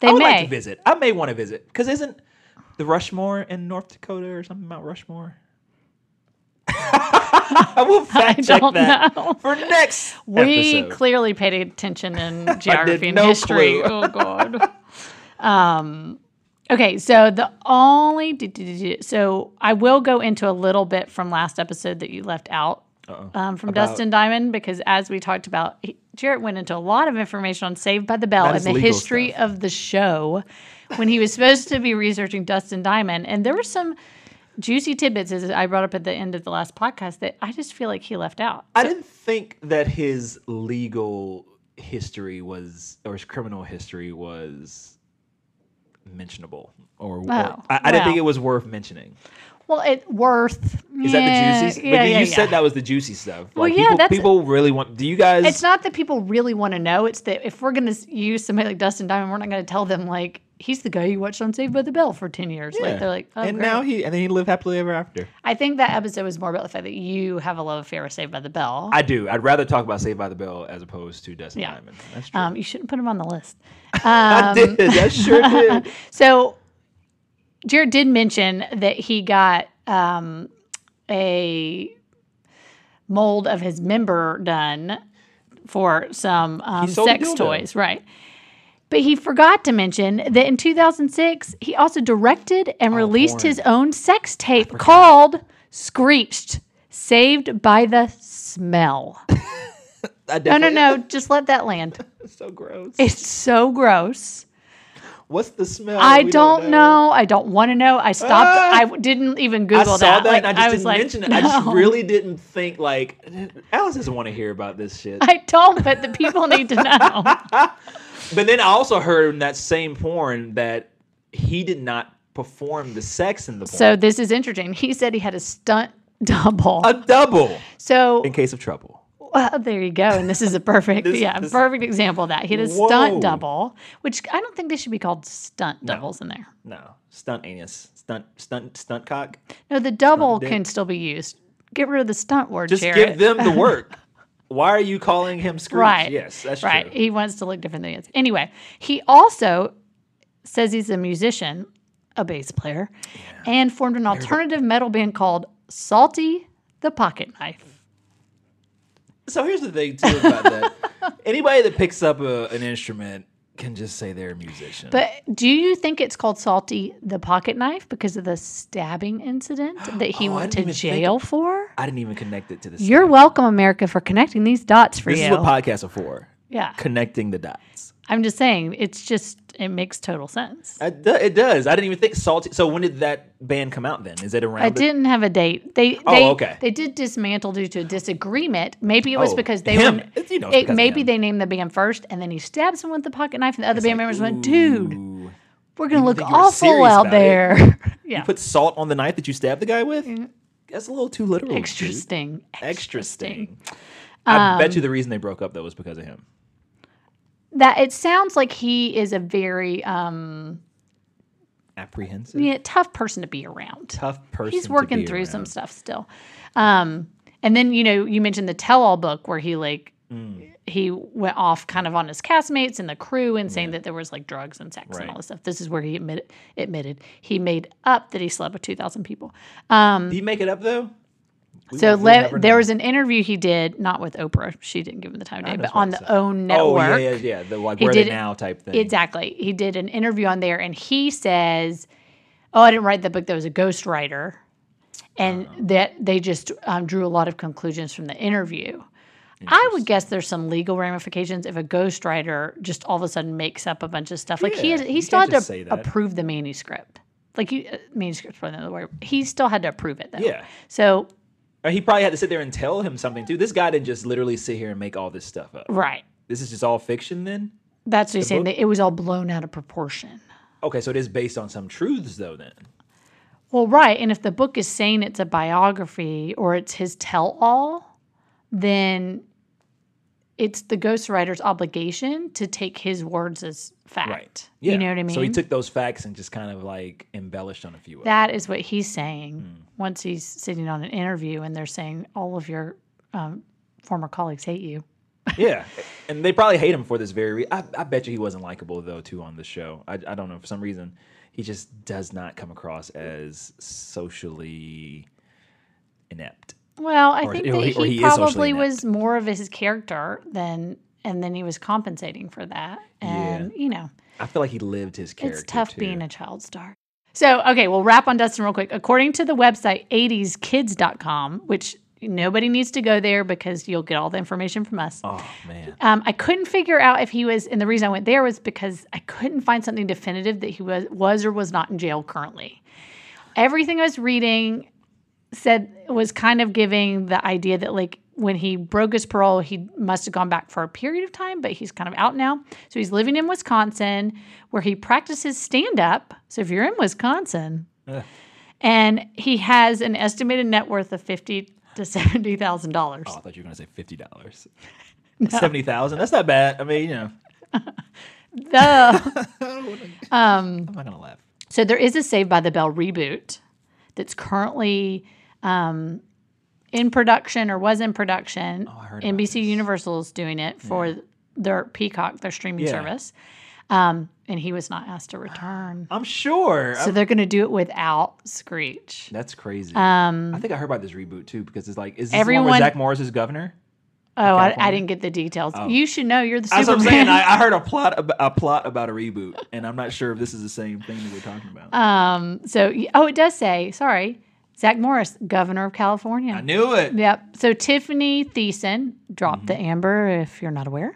Speaker 2: They
Speaker 4: I would
Speaker 2: may.
Speaker 4: like to visit. I may want to visit because isn't the Rushmore in North Dakota or something Mount Rushmore? I will fact check
Speaker 2: don't
Speaker 4: that
Speaker 2: know.
Speaker 4: for next
Speaker 2: We
Speaker 4: episode.
Speaker 2: clearly paid attention in geography and
Speaker 4: no
Speaker 2: history.
Speaker 4: clue.
Speaker 2: Oh God. um, okay, so the only d- d- d- d- so I will go into a little bit from last episode that you left out um, from Dustin Diamond because as we talked about, he, Jarrett went into a lot of information on Saved by the Bell
Speaker 4: That
Speaker 2: and
Speaker 4: is
Speaker 2: the
Speaker 4: legal
Speaker 2: history of the show when he was supposed to be researching Dustin Diamond, and there were some. Juicy tidbits, as I brought up at the end of the last podcast, that I just feel like he left out.
Speaker 4: I didn't think that his legal history was or his criminal history was mentionable or, or-
Speaker 2: Wow.
Speaker 4: I, I didn't think
Speaker 2: Wow.
Speaker 4: it was worth mentioning.
Speaker 2: Well, it worth.
Speaker 4: Is that the juicy? but then you said that was the juicy stuff.
Speaker 2: Well,
Speaker 4: Like,
Speaker 2: yeah,
Speaker 4: people,
Speaker 2: that's-
Speaker 4: people really want. Do you guys?
Speaker 2: It's not that people really want to know. It's that if we're going to use somebody like Dustin Diamond, we're not going to tell them like he's the guy you watched on Saved by the Bell for ten years.
Speaker 4: Yeah.
Speaker 2: Like they're like, oh,
Speaker 4: and
Speaker 2: great.
Speaker 4: now he and then he lived happily ever after.
Speaker 2: I think that episode was more about the fact that you have a love affair with Saved by the Bell.
Speaker 4: I do. I'd rather talk about Saved by the Bell as opposed to Dustin
Speaker 2: Yeah.
Speaker 4: Diamond. That's true.
Speaker 2: um, you shouldn't put him on the list.
Speaker 4: I did. That sure did.
Speaker 2: So Jared did mention that he got um, a mold of his member done for some um,
Speaker 4: sold a
Speaker 2: sex
Speaker 4: dildo.
Speaker 2: toys, right? But he forgot to mention that in 2006, he also directed and released
Speaker 4: Oh, porn.
Speaker 2: his own sex tape called Screeched, Saved by the Smell.
Speaker 4: I
Speaker 2: No, no,
Speaker 4: definitely-
Speaker 2: no, just let that land.
Speaker 4: It's so gross.
Speaker 2: It's so gross.
Speaker 4: What's the smell? Oh,
Speaker 2: I
Speaker 4: We Ah!
Speaker 2: don't, know. I don't want to know. I stopped. I w- didn't even
Speaker 4: I
Speaker 2: Google
Speaker 4: saw
Speaker 2: that.
Speaker 4: that, and I just
Speaker 2: was
Speaker 4: didn't mention it. I just really didn't think like Alice doesn't want to hear about this shit.
Speaker 2: I don't, but the people need to know.
Speaker 4: But then I also heard in that same porn that he did not perform the sex in the porn.
Speaker 2: so this is interesting. He said he had a stunt double.
Speaker 4: a double
Speaker 2: so
Speaker 4: in case of trouble.
Speaker 2: Well, there you go. And this is a perfect,
Speaker 4: This-
Speaker 2: yeah,
Speaker 4: this-
Speaker 2: perfect example of that. He had a
Speaker 4: Whoa.
Speaker 2: stunt double, which I don't think they should be called stunt doubles in there.
Speaker 4: No, stunt anus, stunt, stunt, stunt cock.
Speaker 2: No, the double can still be used. Get rid of the stunt word,
Speaker 4: Just
Speaker 2: Jared.
Speaker 4: give them the work. Why are you calling him Scrooge?
Speaker 2: right.
Speaker 4: Yes, that's
Speaker 2: right.
Speaker 4: true.
Speaker 2: He wants to look different than he is. Anyway, he also says he's a musician, a bass player, and formed an alternative metal band called Salty the Pocket Knife.
Speaker 4: So here's the thing too about that. Anybody that picks up a, an instrument can just say they're a musician.
Speaker 2: But do you think it's called Salty the Pocket Knife because of the stabbing incident that he
Speaker 4: Oh, I
Speaker 2: went to
Speaker 4: didn't even think-
Speaker 2: jail for?
Speaker 4: I didn't even connect it to this.
Speaker 2: You're welcome, America, for connecting these dots for
Speaker 4: this
Speaker 2: you.
Speaker 4: is what podcasts are for.
Speaker 2: yeah,
Speaker 4: Connecting the dots.
Speaker 2: I'm just saying, it's just it makes total sense.
Speaker 4: It do- it does. I didn't even think salty. So when did that band come out? Then is it around?
Speaker 2: I
Speaker 4: the-
Speaker 2: didn't have a date. They,
Speaker 4: Oh,
Speaker 2: they
Speaker 4: okay.
Speaker 2: they did dismantle due to a disagreement. Maybe it was
Speaker 4: Oh,
Speaker 2: because they
Speaker 4: him.
Speaker 2: were
Speaker 4: It's- you know, it's
Speaker 2: it,
Speaker 4: because of
Speaker 2: maybe
Speaker 4: him.
Speaker 2: they named the band first and then he stabs him with the pocket knife and the other band members went, "Dude,
Speaker 4: Ooh.
Speaker 2: we're going to look
Speaker 4: think you were
Speaker 2: awful
Speaker 4: serious
Speaker 2: out
Speaker 4: about it.
Speaker 2: there." yeah. Mm-hmm.
Speaker 4: You put salt on the knife that you stabbed the guy with. That's a little too literal.
Speaker 2: Extra
Speaker 4: dude.
Speaker 2: sting.
Speaker 4: Extra sting. I bet you the reason they broke up though was because of him.
Speaker 2: That it sounds like he is a very um
Speaker 4: Apprehensive,
Speaker 2: yeah, tough person to be around.
Speaker 4: tough person.
Speaker 2: he's
Speaker 4: to
Speaker 2: working
Speaker 4: be
Speaker 2: through some
Speaker 4: around.
Speaker 2: stuff still. Um, and then you know you mentioned the tell-all book where he like
Speaker 4: Mm.
Speaker 2: he went off kind of on his castmates and the crew and saying that there was like drugs and sex and all
Speaker 4: Right.
Speaker 2: this stuff. This is where he admitted admitted he made up that he slept with two thousand people. Um,
Speaker 4: Did he make it up though?
Speaker 2: so
Speaker 4: we'll
Speaker 2: le-
Speaker 4: never
Speaker 2: there
Speaker 4: know.
Speaker 2: was an interview he did not with Oprah. She didn't give him the time of day, but
Speaker 4: what
Speaker 2: on
Speaker 4: I'm
Speaker 2: the
Speaker 4: saying.
Speaker 2: OWN
Speaker 4: Oh
Speaker 2: network.
Speaker 4: yeah, yeah, yeah. The like
Speaker 2: He
Speaker 4: where are they
Speaker 2: did it-
Speaker 4: now type thing.
Speaker 2: Exactly. He did an interview on there and he says, Oh, I didn't write that book. That was a ghostwriter. And
Speaker 4: Oh.
Speaker 2: that they just um, drew a lot of conclusions from the interview. I would guess there's some legal ramifications if a ghostwriter just all of a sudden makes up a bunch of stuff. Like he
Speaker 4: Yeah,
Speaker 2: had,
Speaker 4: you
Speaker 2: he still
Speaker 4: can't
Speaker 2: had
Speaker 4: just say
Speaker 2: to
Speaker 4: that.
Speaker 2: approve the manuscript. Like you, uh, manuscript's probably another word. He still had to approve it though.
Speaker 4: Yeah.
Speaker 2: So
Speaker 4: Or He probably had to sit there and tell him something too. This guy didn't just literally sit here and make all this stuff up.
Speaker 2: right,
Speaker 4: This is just all fiction then?
Speaker 2: that's what he's saying. That it was all blown out of proportion.
Speaker 4: Okay, so it is based on some truths though then.
Speaker 2: Well, right. And if the book is saying it's a biography or it's his tell all, then it's the ghostwriter's obligation to take his words as fact. You know what I mean?
Speaker 4: So he took those facts and just kind of like embellished on a few of them.
Speaker 2: that is what he's saying
Speaker 4: Hmm.
Speaker 2: once he's sitting on an interview and they're saying all of your um, former colleagues hate you.
Speaker 4: Yeah. And they probably hate him for this very reason. I, I bet you he wasn't likable though too on the show. I, I don't know. For some reason, he just does not come across as socially inept.
Speaker 2: Well, I
Speaker 4: Or-
Speaker 2: think
Speaker 4: or
Speaker 2: that
Speaker 4: he- or
Speaker 2: he,
Speaker 4: he is socially
Speaker 2: probably
Speaker 4: inept.
Speaker 2: was more of his character than, and then he was compensating for that. And, you know.
Speaker 4: I feel like he lived his character.
Speaker 2: It's tough
Speaker 4: too.
Speaker 2: being a child star. So, okay, we'll wrap on Dustin real quick. According to the website 80skids.com, which nobody needs to go there because you'll get all the information from us.
Speaker 4: Oh man.
Speaker 2: Um, I couldn't figure out if he was, and the reason I went there was because I couldn't find something definitive that he was, was or was not in jail currently. Everything I was reading said was kind of giving the idea that like when he broke his parole, he must have gone back for a period of time, but he's kind of out now. So he's living in Wisconsin where he practices stand up. So if you're in Wisconsin, and he has an estimated net worth of fifty to seventy thousand dollars.
Speaker 4: Oh, I thought you were gonna say fifty dollars. Seventy thousand? That's not bad. I mean, you know.
Speaker 2: Duh.
Speaker 4: I'm not gonna laugh.
Speaker 2: So there is a Save by the Bell reboot that's currently um, in production or was in production. Oh, I
Speaker 4: heard about
Speaker 2: NBC Universal's doing it for their Peacock, their streaming
Speaker 4: Yeah.
Speaker 2: service. Um, and he was not asked to return.
Speaker 4: I'm sure.
Speaker 2: So they're going to do it without Screech.
Speaker 4: That's crazy. Um, I think I heard about this reboot too because it's like, is this the one
Speaker 2: everyone-
Speaker 4: where Zach Morris is governor?
Speaker 2: Oh, I, I
Speaker 4: California?
Speaker 2: didn't get the details. You should know. You're the
Speaker 4: Oh. That's
Speaker 2: Superman.
Speaker 4: what I'm saying. I, I heard a plot ab- a plot about a reboot, and I'm not sure if this is the same thing that we're talking about.
Speaker 2: um, so, oh, it does say, sorry, Zach Morris, governor of California.
Speaker 4: I knew it.
Speaker 2: Yep. So Tiffany Thiessen
Speaker 4: Mm-hmm.
Speaker 2: dropped the amber, if you're not aware.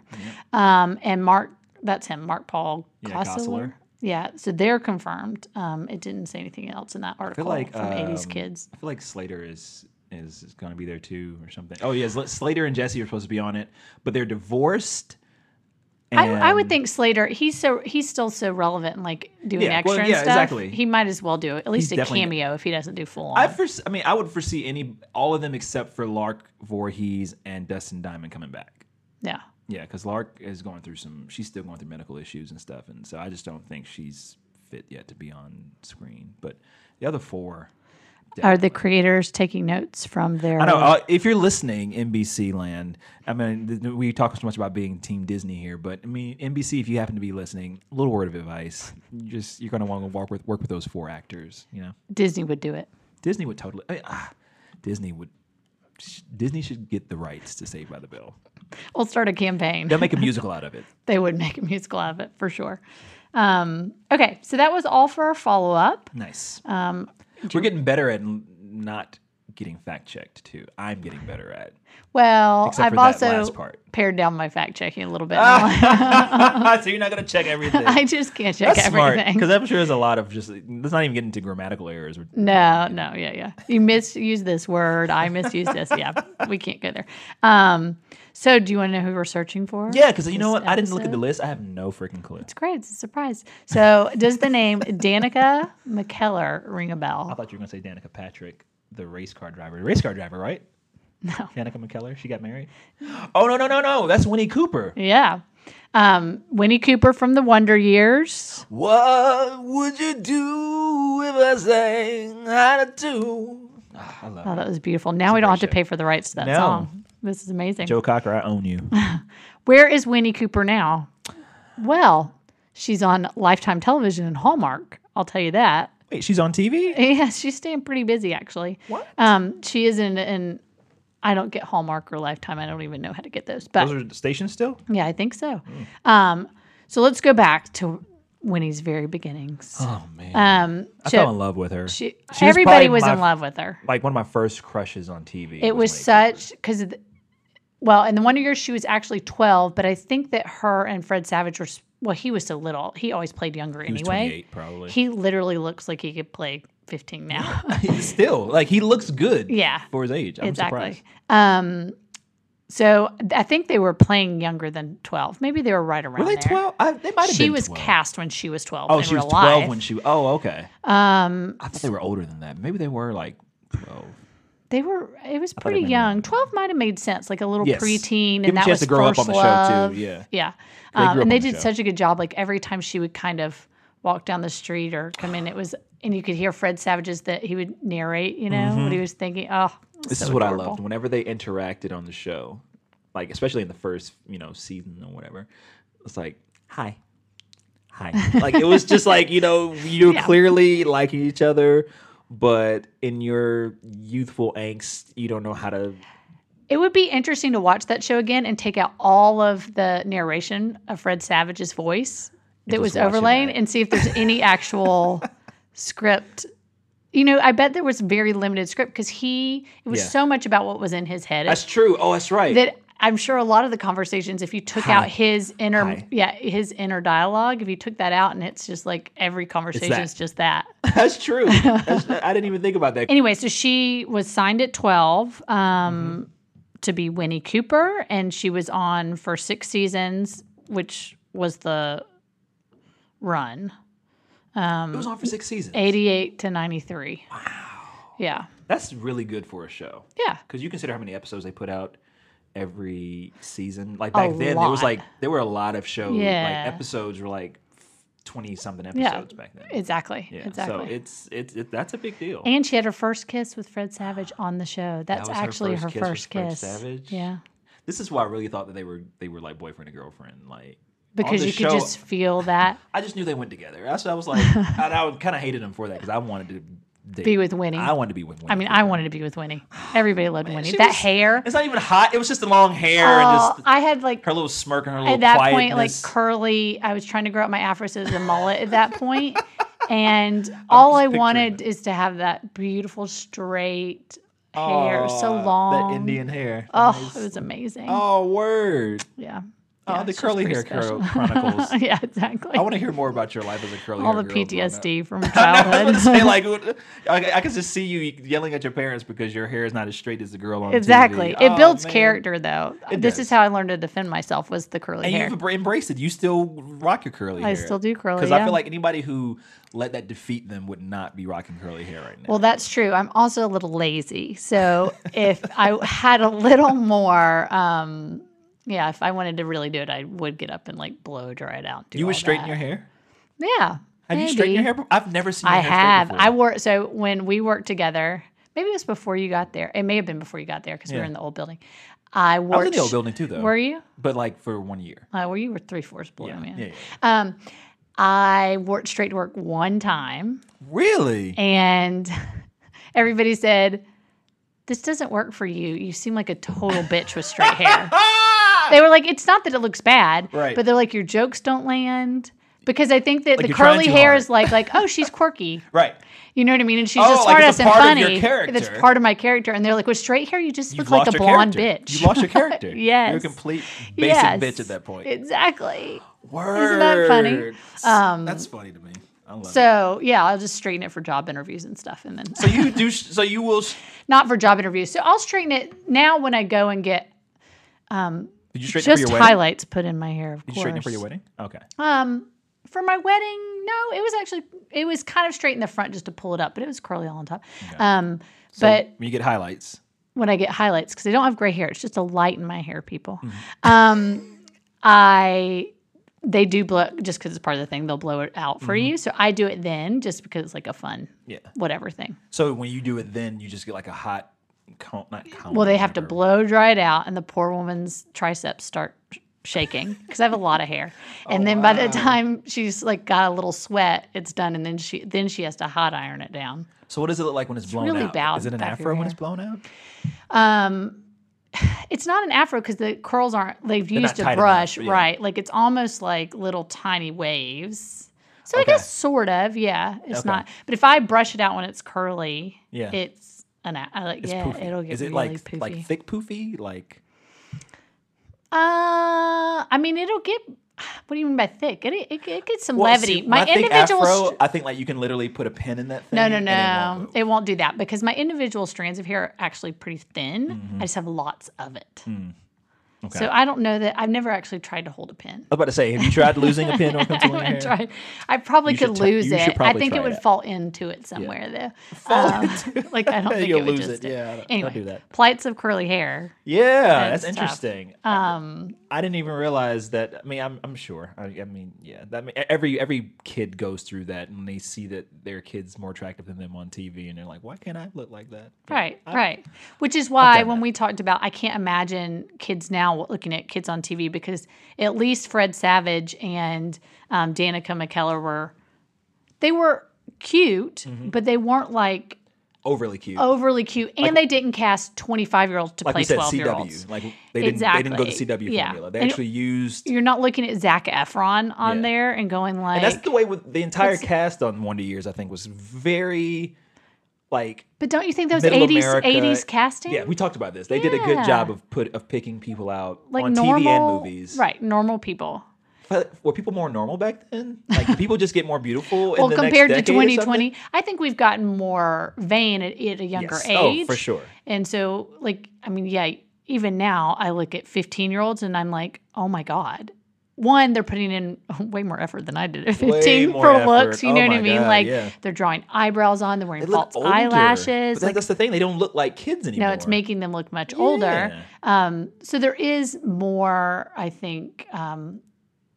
Speaker 2: Um, and Mark, that's him, Mark Paul
Speaker 4: Yeah,
Speaker 2: Gosselaar.
Speaker 4: Gosselaar.
Speaker 2: Yeah. So they're confirmed. Um, it didn't say anything else in that article
Speaker 4: like,
Speaker 2: from 80s
Speaker 4: um,
Speaker 2: Kids.
Speaker 4: I feel like Slater is is, is going to be there too, or something. Oh yeah, Sl- Slater and Jesse are supposed to be on it, but they're divorced,
Speaker 2: I, I would
Speaker 4: And-
Speaker 2: think Slater. He's so he's still so relevant, and like doing
Speaker 4: Yeah,
Speaker 2: extra
Speaker 4: well,
Speaker 2: and
Speaker 4: yeah,
Speaker 2: stuff.
Speaker 4: exactly.
Speaker 2: He might as well do at least a
Speaker 4: definitely-
Speaker 2: cameo if he doesn't do full on.
Speaker 4: I foresee, I mean, I would foresee any all of them except for Lark Voorhees and Dustin Diamond coming back.
Speaker 2: yeah,
Speaker 4: Yeah, because Lark is going through some. She's still going through medical issues and stuff, and so I just don't think she's fit yet to be on screen. But the other four,
Speaker 2: are the creators taking notes from their?
Speaker 4: I know. Uh, if you're listening, NBC Land, I mean, th- th- we talk so much about being Team Disney here, but I mean, NBC, if you happen to be listening, a little word of advice: you just you're going to want to work with work with those four actors. You know,
Speaker 2: Disney would do it.
Speaker 4: Disney would totally. I mean, ah, Disney would. Disney should get the rights to Saved by the Bell.
Speaker 2: We'll start a campaign.
Speaker 4: They'll make a musical out of it.
Speaker 2: They would make a musical out of it for sure. Um, okay, so that was all for our follow up.
Speaker 4: Nice. Um, We're getting better at n- not getting fact checked too. I'm getting better at.
Speaker 2: Well,
Speaker 4: Except
Speaker 2: I've
Speaker 4: for that
Speaker 2: also
Speaker 4: last part. Ah.
Speaker 2: pared down my fact checking a little bit.
Speaker 4: so you're not going to check everything.
Speaker 2: I just can't check
Speaker 4: That's smart
Speaker 2: everything.
Speaker 4: because I'm sure there's a lot of just. Let's not even get into grammatical errors.
Speaker 2: No, no, yeah, yeah. You misused this word. I misused this. Yeah, we can't go there. Um, so, do you want to know who we're searching for?
Speaker 4: Yeah, because you know what?
Speaker 2: This
Speaker 4: I didn't look at the
Speaker 2: episode?
Speaker 4: list. I have no freaking clue.
Speaker 2: It's great. It's a surprise. So, does the name Danica McKellar ring a
Speaker 4: I
Speaker 2: bell?
Speaker 4: thought you were going to say Danica Patrick, the race car driver. Race car driver, right? No. Danica McKellar. She got married. Oh no no no no! That's Winnie Cooper.
Speaker 2: Yeah. Um, Winnie Cooper from The Wonder Years.
Speaker 4: What would you do if I sang how to do? Ah, I love
Speaker 2: Oh,
Speaker 4: it.
Speaker 2: that was beautiful. Now we don't have to pay for the rights to that
Speaker 4: No.
Speaker 2: song. This is amazing.
Speaker 4: Joe Cocker, I own you.
Speaker 2: Where is Winnie Cooper now? Well, she's on Lifetime Television and Hallmark. I'll tell you that.
Speaker 4: Wait, she's on TV?
Speaker 2: Yeah, she's staying pretty busy actually.
Speaker 4: What?
Speaker 2: Um, she is in in I don't get Hallmark or Lifetime. I don't even know how to get those. But
Speaker 4: Those are Hmm. the stations still?
Speaker 2: yeah, I think so. Um, so let's go back to Winnie's very beginnings.
Speaker 4: Oh man,
Speaker 2: Um,
Speaker 4: I
Speaker 2: so
Speaker 4: fell in love with her.
Speaker 2: she,
Speaker 4: was
Speaker 2: everybody
Speaker 4: probably
Speaker 2: was
Speaker 4: my-
Speaker 2: in love with her.
Speaker 4: Like one of my first crushes on TV.
Speaker 2: It was
Speaker 4: Winnie
Speaker 2: such because well, in the Wonder Years she was actually twelve, but I think that her and Fred Savage were s- well, he was so little. He always played younger
Speaker 4: Cooper. He was
Speaker 2: anyway.
Speaker 4: 28 probably.
Speaker 2: He literally looks like he could play fifteen now.
Speaker 4: still like he looks good.
Speaker 2: Yeah.
Speaker 4: for his age. I'm surprised.
Speaker 2: exactly. Um, so th- I think they were playing younger than twelve. Maybe they were right around.
Speaker 4: Were they
Speaker 2: there.
Speaker 4: 12? I, they might have
Speaker 2: She
Speaker 4: been
Speaker 2: was
Speaker 4: 12.
Speaker 2: cast when she was twelve.
Speaker 4: Oh,
Speaker 2: in
Speaker 4: she was
Speaker 2: real
Speaker 4: 12
Speaker 2: life.
Speaker 4: when she. Oh, okay.
Speaker 2: Um,
Speaker 4: I thought they were older than that. Maybe they were like 12.
Speaker 2: they were. It was pretty
Speaker 4: remembered
Speaker 2: young. Twelve might have made sense, like a little
Speaker 4: Yes.
Speaker 2: preteen,
Speaker 4: Give
Speaker 2: and
Speaker 4: them a
Speaker 2: that
Speaker 4: chance
Speaker 2: was
Speaker 4: to grow up
Speaker 2: first
Speaker 4: on the show, too.
Speaker 2: love.
Speaker 4: Yeah.
Speaker 2: yeah.
Speaker 4: grew
Speaker 2: Um,
Speaker 4: up
Speaker 2: and they
Speaker 4: on the
Speaker 2: did
Speaker 4: show.
Speaker 2: such a good job. Like every time she would kind of walk down the street or come in, it was, and you could hear Fred Savage's that he would narrate. You know what he was thinking. Oh,
Speaker 4: Mm-hmm. This
Speaker 2: so
Speaker 4: is what I
Speaker 2: adorable.
Speaker 4: loved. Whenever they interacted on the show, like especially in the first, you know, season or whatever, it's like, hi. Hi. like it was just like, you know, you're clearly liking each other, but in your youthful angst, you don't know how to
Speaker 2: It would be interesting to watch that show again and take out all of the narration of Fred Savage's voice that was
Speaker 4: just watch it
Speaker 2: overlaying
Speaker 4: back.
Speaker 2: and see if there's any actual script. You know, I bet there was very limited script because he, it was
Speaker 4: Yeah.
Speaker 2: so much about what was in his head
Speaker 4: That's true. Oh, that's right.
Speaker 2: that I'm sure a lot of the conversations, if you took out his inner,
Speaker 4: Hi.
Speaker 2: yeah, his inner dialogue, if you took that out and it's just like every conversation
Speaker 4: that.
Speaker 2: is just that.
Speaker 4: that's true. That's, I didn't even think about that.
Speaker 2: anyway, so she was signed at 12 um,
Speaker 4: Mm-hmm.
Speaker 2: to be Winnie Cooper, and she was on for six seasons, which was the run
Speaker 4: it was on for six seasons.
Speaker 2: 88 to 93. Wow. Yeah.
Speaker 4: That's really good for a show.
Speaker 2: Yeah.
Speaker 4: Because you consider how many episodes they put out every season. Like back then, it
Speaker 2: lot.
Speaker 4: was like there were a lot of shows.
Speaker 2: Yeah.
Speaker 4: Like episodes were like twenty something episodes back then.
Speaker 2: Exactly.
Speaker 4: yeah.
Speaker 2: Exactly.
Speaker 4: So it's it's it, that's a big deal.
Speaker 2: and she had her first kiss with Fred Savage on the show. That's
Speaker 4: was her
Speaker 2: actually
Speaker 4: first
Speaker 2: her
Speaker 4: kiss with
Speaker 2: first
Speaker 4: Fred
Speaker 2: kiss.
Speaker 4: Savage?
Speaker 2: Yeah.
Speaker 4: this is why I really thought that they were they were like boyfriend and girlfriend. Like
Speaker 2: Because
Speaker 4: the
Speaker 2: you could
Speaker 4: show-
Speaker 2: just feel that
Speaker 4: I just knew they went together. That's what I was like. and I kind of hated them for that because I wanted to date-
Speaker 2: Be with Winnie.
Speaker 4: I wanted to be with Winnie.
Speaker 2: I mean, I wanted to be with Winnie. Everybody loved Winnie.
Speaker 4: She
Speaker 2: That
Speaker 4: was-
Speaker 2: hair.
Speaker 4: It's not even hot. It was just the long hair and
Speaker 2: Oh,
Speaker 4: just
Speaker 2: I had like
Speaker 4: her little smirk and her little
Speaker 2: at that
Speaker 4: quietness.
Speaker 2: point, like curly, I was trying to grow up my afro so it was a mullet at that point, and all I
Speaker 4: picturing
Speaker 2: wanted is to have that beautiful straight hair, so
Speaker 4: Ah,
Speaker 2: long.
Speaker 4: That Indian hair.
Speaker 2: Oh, it was amazing.
Speaker 4: Oh, word.
Speaker 2: Yeah,
Speaker 4: Oh, the
Speaker 2: it's just
Speaker 4: curly
Speaker 2: pretty
Speaker 4: hair
Speaker 2: special.
Speaker 4: cur- chronicles.
Speaker 2: yeah, exactly.
Speaker 4: I want to hear more about your life as a curly
Speaker 2: All
Speaker 4: hair
Speaker 2: the
Speaker 4: girl growing up.
Speaker 2: PTSD from
Speaker 4: I was
Speaker 2: childhood.
Speaker 4: gonna say, like, what- I, I can just see you yelling at your parents because your hair is not as straight as the girl on TV.
Speaker 2: exactly.
Speaker 4: Oh,
Speaker 2: It builds
Speaker 4: man.
Speaker 2: character, though.
Speaker 4: It
Speaker 2: this
Speaker 4: does.
Speaker 2: is how I learned to defend myself was the curly
Speaker 4: And
Speaker 2: hair.
Speaker 4: you've embraced it. You still rock your curly
Speaker 2: I
Speaker 4: hair.
Speaker 2: still do curly,
Speaker 4: Because I
Speaker 2: yeah.
Speaker 4: feel like anybody who let that defeat them would not be rocking curly hair right now.
Speaker 2: Well, that's true. I'm also a little lazy. So if I had a little more, um, yeah, if I wanted to really do it, I would get up and like blow dry it out. Do
Speaker 4: you would
Speaker 2: all
Speaker 4: straighten
Speaker 2: that.
Speaker 4: your hair.
Speaker 2: Yeah.
Speaker 4: Have you straightened your
Speaker 2: maybe.
Speaker 4: hair? before? I've never seen. Your
Speaker 2: I
Speaker 4: hair straight
Speaker 2: have.
Speaker 4: Before.
Speaker 2: I wore so when we worked together. Maybe it was before you got there. It may have been before you got there because we were
Speaker 4: Yeah.
Speaker 2: in the old building. I wore.
Speaker 4: I was in the old
Speaker 2: sh-
Speaker 4: building too, though.
Speaker 2: Were you?
Speaker 4: But like for one year.
Speaker 2: Uh, well, you were three fourths below me.
Speaker 4: yeah, yeah.
Speaker 2: Um, I wore it straight to work one time,
Speaker 4: Really?
Speaker 2: and everybody said, "This doesn't work for you. You seem like a total bitch with straight hair."
Speaker 4: Ah!
Speaker 2: they were like, "It's not that it looks bad,
Speaker 4: Right.
Speaker 2: but they're like your jokes don't land." Because I think that the
Speaker 4: you're trying
Speaker 2: curly
Speaker 4: too
Speaker 2: hair
Speaker 4: hard.
Speaker 2: is like, like, oh, she's quirky.
Speaker 4: Right.
Speaker 2: You know what I mean? And she's
Speaker 4: Oh,
Speaker 2: a
Speaker 4: like
Speaker 2: smartass
Speaker 4: it's a
Speaker 2: and
Speaker 4: part of your
Speaker 2: funny. That's
Speaker 4: character.
Speaker 2: part of my character. And they're like, with straight hair, you just
Speaker 4: You've
Speaker 2: look like
Speaker 4: lost
Speaker 2: a
Speaker 4: your
Speaker 2: blonde
Speaker 4: character.
Speaker 2: bitch.
Speaker 4: You lost your character. You're a
Speaker 2: Yes.
Speaker 4: complete basic
Speaker 2: Yes.
Speaker 4: bitch at that point.
Speaker 2: Exactly.
Speaker 4: Word.
Speaker 2: that funny?
Speaker 4: Um, That's funny to me. I love it.
Speaker 2: So yeah, I'll just straighten it for job interviews and stuff, and then
Speaker 4: So you do. So you will.
Speaker 2: not for job interviews. So I'll straighten it now when I go and get
Speaker 4: Did you straighten it for
Speaker 2: just
Speaker 4: your wedding?
Speaker 2: highlights put in my hair. Of
Speaker 4: Did you
Speaker 2: course,
Speaker 4: straighten it for your wedding? Okay.
Speaker 2: Um, for my wedding, no, it was actually it was kind of straight in the front just to pull it up, but it was curly all on top. Um,
Speaker 4: So
Speaker 2: but
Speaker 4: when you get highlights.
Speaker 2: when I get highlights because I don't have gray hair. It's just a light in my hair, people.
Speaker 4: Mm-hmm.
Speaker 2: Um, I they do blow just because it's part of the thing. They'll blow it out for you, so I do it then just because it's like a fun
Speaker 4: Mm-hmm. Yeah.
Speaker 2: whatever thing.
Speaker 4: So when you do it, then you just get like a hot. Con- not cone,
Speaker 2: Well, they have to
Speaker 4: whatever.
Speaker 2: blow dry it out, and the poor woman's triceps start sh- shaking because I have a lot of hair. And
Speaker 4: Oh,
Speaker 2: then by the time she's like got a little sweat, it's done, and then she then she has to hot iron it down.
Speaker 4: So what does it look like when it's blown
Speaker 2: really
Speaker 4: out?
Speaker 2: bowed
Speaker 4: Is it an
Speaker 2: back of your
Speaker 4: afro when it's
Speaker 2: hair.
Speaker 4: blown out?
Speaker 2: Um, it's not an afro because the curls aren't. They've used
Speaker 4: tight
Speaker 2: a
Speaker 4: enough,
Speaker 2: brush,
Speaker 4: yeah.
Speaker 2: right? Like it's almost like little tiny waves. So
Speaker 4: Okay.
Speaker 2: I guess sort of, yeah. It's
Speaker 4: Okay.
Speaker 2: not, but if I brush it out when it's curly,
Speaker 4: Yeah.
Speaker 2: it's an. a- I like,
Speaker 4: It's
Speaker 2: yeah,
Speaker 4: poofy.
Speaker 2: it'll get
Speaker 4: Is it
Speaker 2: really
Speaker 4: like
Speaker 2: poofy.
Speaker 4: like thick poofy? Like
Speaker 2: Uh, I mean, it'll get. What do you mean by thick? It it, it gets some
Speaker 4: Well, see,
Speaker 2: levity. my
Speaker 4: when I think
Speaker 2: individual.
Speaker 4: Afro,
Speaker 2: str-
Speaker 4: I think like you can literally put a pin in that thing.
Speaker 2: no, no,
Speaker 4: and it won't
Speaker 2: no.
Speaker 4: move.
Speaker 2: It won't do that because my individual strands of hair are actually pretty thin.
Speaker 4: Mm-hmm.
Speaker 2: I just have lots of it.
Speaker 4: Hmm.
Speaker 2: So I don't know that I've never actually tried to hold a pin.
Speaker 4: I was about to say, have you tried losing a pin on
Speaker 2: I
Speaker 4: pencil
Speaker 2: haven't
Speaker 4: hair?
Speaker 2: tried. I probably
Speaker 4: You should
Speaker 2: could
Speaker 4: try-
Speaker 2: lose
Speaker 4: you should
Speaker 2: it. I
Speaker 4: probably
Speaker 2: think
Speaker 4: try
Speaker 2: it would
Speaker 4: that.
Speaker 2: fall into it somewhere though.
Speaker 4: Fall
Speaker 2: Um, like I don't think
Speaker 4: You'll
Speaker 2: it would
Speaker 4: lose
Speaker 2: just
Speaker 4: it. Yeah, I don't-
Speaker 2: anyway,
Speaker 4: don't do that.
Speaker 2: Plights of curly hair.
Speaker 4: Yeah, that's,
Speaker 2: That's tough. Um,
Speaker 4: interesting. I didn't even realize that. I mean, I'm, I'm sure. I, I mean, yeah. That I mean, every every kid goes through that, and they see that their kid's more attractive than them on TV, and they're like, "Why can't I look like that?" But
Speaker 2: Right, right. Which is why
Speaker 4: done
Speaker 2: when
Speaker 4: that.
Speaker 2: we talked about, I can't imagine kids now looking at kids on TV because at least Fred Savage and um, Danica McKellar were, they were cute,
Speaker 4: Mm-hmm.
Speaker 2: but they weren't like
Speaker 4: Overly cute.
Speaker 2: overly cute, and they didn't cast twenty-five year olds to
Speaker 4: like
Speaker 2: play
Speaker 4: we said,
Speaker 2: twelve-year-olds.
Speaker 4: CW. Like they didn't they didn't go the
Speaker 2: Exactly.
Speaker 4: CW
Speaker 2: Yeah.
Speaker 4: formula. They
Speaker 2: And-
Speaker 4: actually used.
Speaker 2: You're not looking at Zach Efron on
Speaker 4: Yeah.
Speaker 2: there and going like,
Speaker 4: And that's the way with the entire cast on Wonder Years. I think was very like
Speaker 2: but don't you think those
Speaker 4: middle
Speaker 2: eighties
Speaker 4: America-
Speaker 2: eighties casting?
Speaker 4: Yeah, we talked about this. They did a good
Speaker 2: Yeah.
Speaker 4: job of put of picking people out
Speaker 2: like
Speaker 4: on
Speaker 2: normal
Speaker 4: TV and movies.
Speaker 2: right? Normal people.
Speaker 4: But were people more normal back then? Like did people just get more beautiful.
Speaker 2: well,
Speaker 4: in the
Speaker 2: compared to
Speaker 4: next decade or something?
Speaker 2: 2020, I think we've gotten more vain at, at a younger
Speaker 4: Yes.
Speaker 2: age.
Speaker 4: Oh, for sure.
Speaker 2: And so, like, I mean, yeah, even now I look at 15 year olds and I'm like, oh my God. One, they're putting in way more effort than I did at 15
Speaker 4: more
Speaker 2: for
Speaker 4: effort.
Speaker 2: looks. You
Speaker 4: Oh
Speaker 2: know what
Speaker 4: my
Speaker 2: I mean?
Speaker 4: God,
Speaker 2: like,
Speaker 4: yeah.
Speaker 2: they're drawing eyebrows on, they're wearing
Speaker 4: They
Speaker 2: false
Speaker 4: look older.
Speaker 2: eyelashes.
Speaker 4: But that-
Speaker 2: like,
Speaker 4: that's the thing. They don't look like kids anymore.
Speaker 2: no, it's making them look much older. Um, so there is more, I think. Um,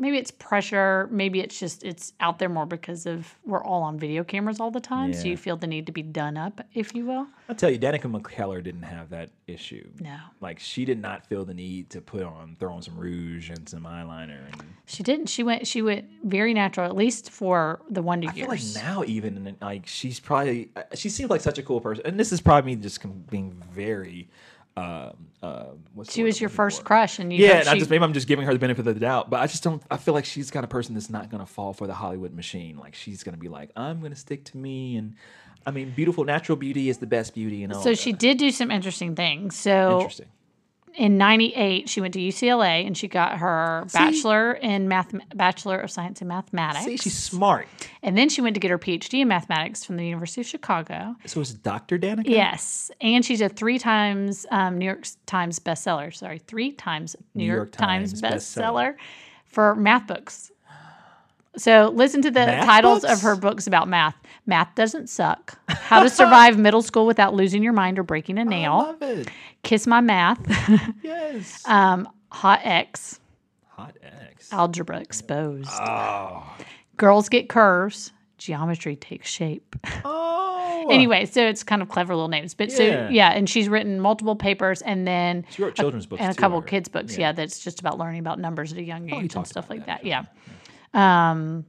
Speaker 2: maybe it's pressure. Maybe it's just it's out there more because of we're all on video cameras all the time. So
Speaker 4: Yeah.
Speaker 2: you feel the need to be done up, if you will.
Speaker 4: I'll tell you, Danica McKellar didn't have that issue.
Speaker 2: No,
Speaker 4: Like she did not feel the need to put on throw on some rouge and some eyeliner. And
Speaker 2: she didn't. She went. She went very natural, at least for the Wonder
Speaker 4: I feel like
Speaker 2: Years.
Speaker 4: now even and, like she's probably uh, she seems like such a cool person. And this is probably me just com- being very. Um, uh, what's the
Speaker 2: she
Speaker 4: word
Speaker 2: was
Speaker 4: I'm
Speaker 2: your
Speaker 4: looking
Speaker 2: first
Speaker 4: for?
Speaker 2: crush, and you
Speaker 4: Yeah,
Speaker 2: yeah,
Speaker 4: and I just maybe I'm just giving her the benefit of the doubt, but I just don't. I feel like she's the kind of person that's not gonna fall for the Hollywood machine. Like she's gonna be like, I'm gonna stick to me, and I mean, beautiful natural beauty is the best beauty, and all.
Speaker 2: so
Speaker 4: of
Speaker 2: she
Speaker 4: that.
Speaker 2: did do some interesting things. So
Speaker 4: interesting.
Speaker 2: in 98 she went to UCLA and she got her bachelor in math bachelor of science in mathematics.
Speaker 4: See, she's smart.
Speaker 2: and then she went to get her PhD in mathematics from the University of Chicago.
Speaker 4: So it's Dr. Danica?
Speaker 2: Yes, and she's a three times um, New York Times bestseller. Sorry, three times New, York, Times, bestseller for math books. So listen to the
Speaker 4: Math
Speaker 2: titles
Speaker 4: books?
Speaker 2: of her books about math. Math doesn't suck. How to survive middle school without losing your mind or breaking a nail.
Speaker 4: Love it.
Speaker 2: Kiss my math.
Speaker 4: Yes.
Speaker 2: um, hot X.
Speaker 4: Hot
Speaker 2: uh,
Speaker 4: X. Oh.
Speaker 2: Algebra exposed. Girls get curves. Geometry takes shape.
Speaker 4: Oh.
Speaker 2: anyway, so it's kind of clever little names. But
Speaker 4: Yeah.
Speaker 2: so yeah, and she's written multiple papers and then
Speaker 4: She wrote children's books
Speaker 2: and a
Speaker 4: too,
Speaker 2: couple
Speaker 4: I heard.
Speaker 2: kids books. Yeah. that's just about learning about numbers at a young age and
Speaker 4: Oh, talked
Speaker 2: stuff
Speaker 4: about
Speaker 2: like
Speaker 4: that,
Speaker 2: that. Yeah. Um,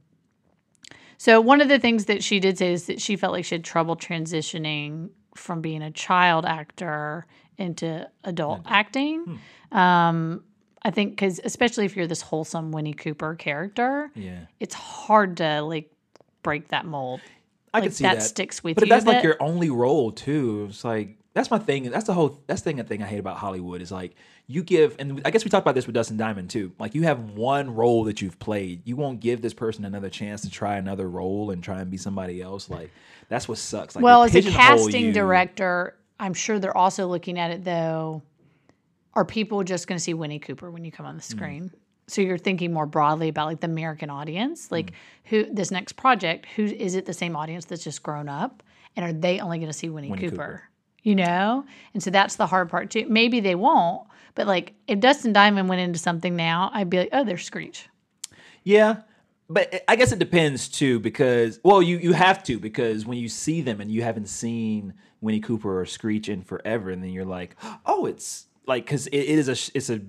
Speaker 2: so one of the things that she did say is that she felt like she had trouble transitioning from being a child actor into adult acting. Um,
Speaker 4: Hmm.
Speaker 2: I think because especially if you're this wholesome Winnie Cooper character,
Speaker 4: Yeah.
Speaker 2: it's hard to like break that mold.
Speaker 4: I
Speaker 2: Like,
Speaker 4: can see
Speaker 2: that
Speaker 4: that,
Speaker 2: sticks with
Speaker 4: but
Speaker 2: you
Speaker 4: But that's
Speaker 2: a
Speaker 4: like
Speaker 2: bit.
Speaker 4: your only role too. It's like that's my thing. That's the whole. That's the thing. I think I hate about Hollywood is like you give, and I guess we talked about this with Dustin Diamond too. Like you have one role that you've played. You won't give this person another chance to try another role and try and be somebody else. Like that's what sucks. Like
Speaker 2: Well,
Speaker 4: they
Speaker 2: as a
Speaker 4: pigeonhole
Speaker 2: casting
Speaker 4: you.
Speaker 2: director, I'm sure they're also looking at it though. Are people just going to see Winnie Cooper when you come on
Speaker 4: Mm.
Speaker 2: the screen? So you're thinking more broadly about like the American audience,
Speaker 4: Mm.
Speaker 2: like who this next project, who is it the same audience that's just grown up, and are they only going to see Winnie, Cooper?
Speaker 4: Cooper.
Speaker 2: You know, and so that's the hard part too. Maybe they won't, but like if Dustin Diamond went into something now, I'd be like, oh, there's Screech.
Speaker 4: Yeah. But I- I guess it depends too, because well, you you have to because when you see them and you haven't seen Winnie Cooper or Screech in forever, and then you're like, oh, it's like because it, it is a sh- it's a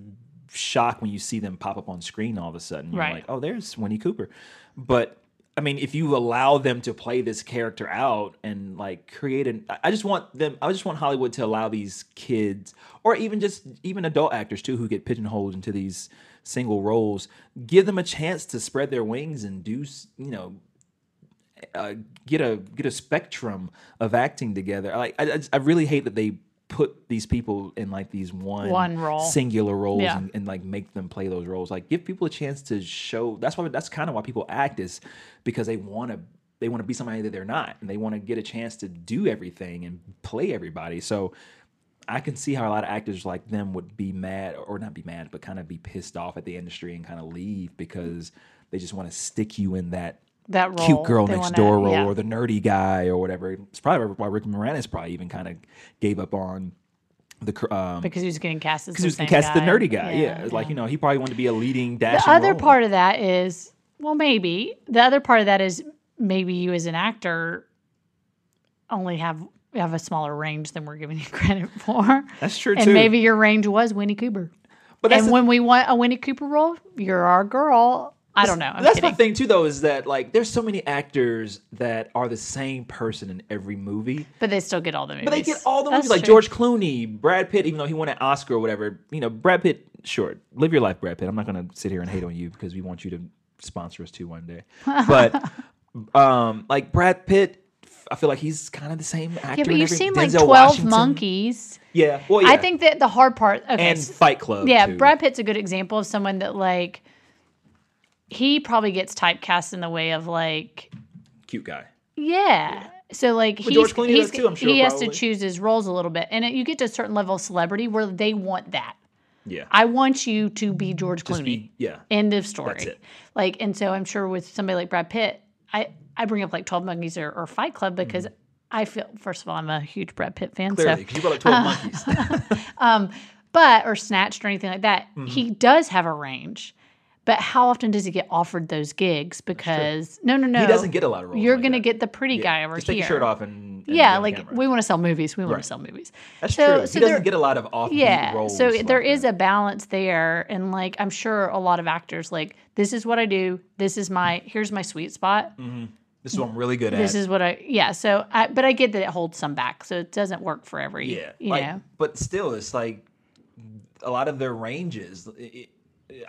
Speaker 4: shock when you see them pop up on screen all of a sudden. You're
Speaker 2: Right.
Speaker 4: like, oh, there's Winnie Cooper. But I mean, if you allow them to play this character out and like create an, I- I just want them. I just want Hollywood to allow these kids, or even just even adult actors too, who get pigeonholed into these single roles, give them a chance to spread their wings and do, s- you know, uh, get a get a spectrum of acting together. Like I, I, just- I really hate that they put these people in like these one
Speaker 2: One role.
Speaker 4: singular roles
Speaker 2: Yeah.
Speaker 4: and, and like make them play those roles. Like give people a chance to show. That's why that's kind of why people act is because they want to they want to be somebody that they're not and they want to get a chance to do everything and play everybody. So I can see how a lot of actors like them would be mad or not be mad, but kind of be pissed off at the industry and kind of leave because they just want to stick you in that
Speaker 2: That role,
Speaker 4: cute girl
Speaker 2: they
Speaker 4: next
Speaker 2: wanna-
Speaker 4: door role
Speaker 2: yeah.
Speaker 4: or the nerdy guy or whatever. It's probably why Rick Moranis probably even kind of gave up on the cr- um
Speaker 2: because he was getting cast as the
Speaker 4: because he was
Speaker 2: same
Speaker 4: cast the
Speaker 2: guy.
Speaker 4: nerdy guy. Yeah, like you know he probably wanted to be a leading dash.
Speaker 2: The other part of that is, well, maybe. The other part of that is maybe you as an actor only have have a smaller range than we're giving you credit for.
Speaker 4: That's true,
Speaker 2: And
Speaker 4: too.
Speaker 2: maybe your range was Winnie Cooper.
Speaker 4: but
Speaker 2: and when we want a Winnie Cooper role, you're our girl. I don't know. I'm
Speaker 4: that's
Speaker 2: kidding.
Speaker 4: my thing too, though, is that like there's so many actors that are the same person in every movie.
Speaker 2: but they still get all the movies.
Speaker 4: But they get all the
Speaker 2: That's
Speaker 4: movies, like
Speaker 2: true.
Speaker 4: George Clooney, Brad Pitt, even though he won an Oscar or whatever. You know, Brad Pitt, sure, live your life, Brad Pitt. I'm not gonna sit here and hate on you because we want you to sponsor us too one day. But um, like Brad Pitt, I feel like he's kind of the same actor.
Speaker 2: Yeah, but
Speaker 4: in
Speaker 2: you've
Speaker 4: every-
Speaker 2: seen like
Speaker 4: Denzel
Speaker 2: 12
Speaker 4: Washington.
Speaker 2: Monkeys.
Speaker 4: Yeah, well, yeah.
Speaker 2: I think that the hard part. Okay,
Speaker 4: and
Speaker 2: so-
Speaker 4: Fight Club.
Speaker 2: Yeah,
Speaker 4: too.
Speaker 2: Brad Pitt's a good example of someone that like he probably gets typecast in the way of like
Speaker 4: cute guy.
Speaker 2: yeah. So like he's,
Speaker 4: George Clooney
Speaker 2: he's-
Speaker 4: does too, I'm sure,
Speaker 2: he has to
Speaker 4: probably.
Speaker 2: choose his roles a little bit, and it, you get to a certain level of celebrity where they want that.
Speaker 4: Yeah,
Speaker 2: I want you to be George Clooney.
Speaker 4: Be- yeah.
Speaker 2: End of story.
Speaker 4: it.
Speaker 2: Like, and so I'm sure with somebody like Brad Pitt, I, I bring up like 12 Monkeys or, or Fight Club because I feel, first of all, I'm a huge Brad Pitt fan.
Speaker 4: Mm-hmm. Clearly,
Speaker 2: So, uh,
Speaker 4: 'cause you brought like twelve monkeys.
Speaker 2: but, or Snatched or anything like that, he
Speaker 4: Mm-hmm.
Speaker 2: does have a range. But how often does he get offered those gigs? Because, no, no, no.
Speaker 4: He doesn't get a lot of roles.
Speaker 2: You're
Speaker 4: like
Speaker 2: going to
Speaker 4: that.
Speaker 2: get the pretty guy over
Speaker 4: Just
Speaker 2: here.
Speaker 4: take your shirt off and, and get
Speaker 2: Yeah,
Speaker 4: on
Speaker 2: like
Speaker 4: camera.
Speaker 2: we want to sell movies. We want
Speaker 4: Right.
Speaker 2: to sell movies.
Speaker 4: that's
Speaker 2: so-
Speaker 4: true.
Speaker 2: so
Speaker 4: he
Speaker 2: there-
Speaker 4: doesn't get a lot of offbeat
Speaker 2: yeah
Speaker 4: roles.
Speaker 2: so there
Speaker 4: like
Speaker 2: is
Speaker 4: that.
Speaker 2: a balance there and like i'm sure a lot of actors like this is what i do this is my here's my sweet spot
Speaker 4: Mm-hmm. This is what I'm really good at.
Speaker 2: this is what i yeah so i but i get that it holds some back so it doesn't work for every
Speaker 4: Yeah.
Speaker 2: you
Speaker 4: like,
Speaker 2: know
Speaker 4: But still, it's like a lot of their ranges. It, it,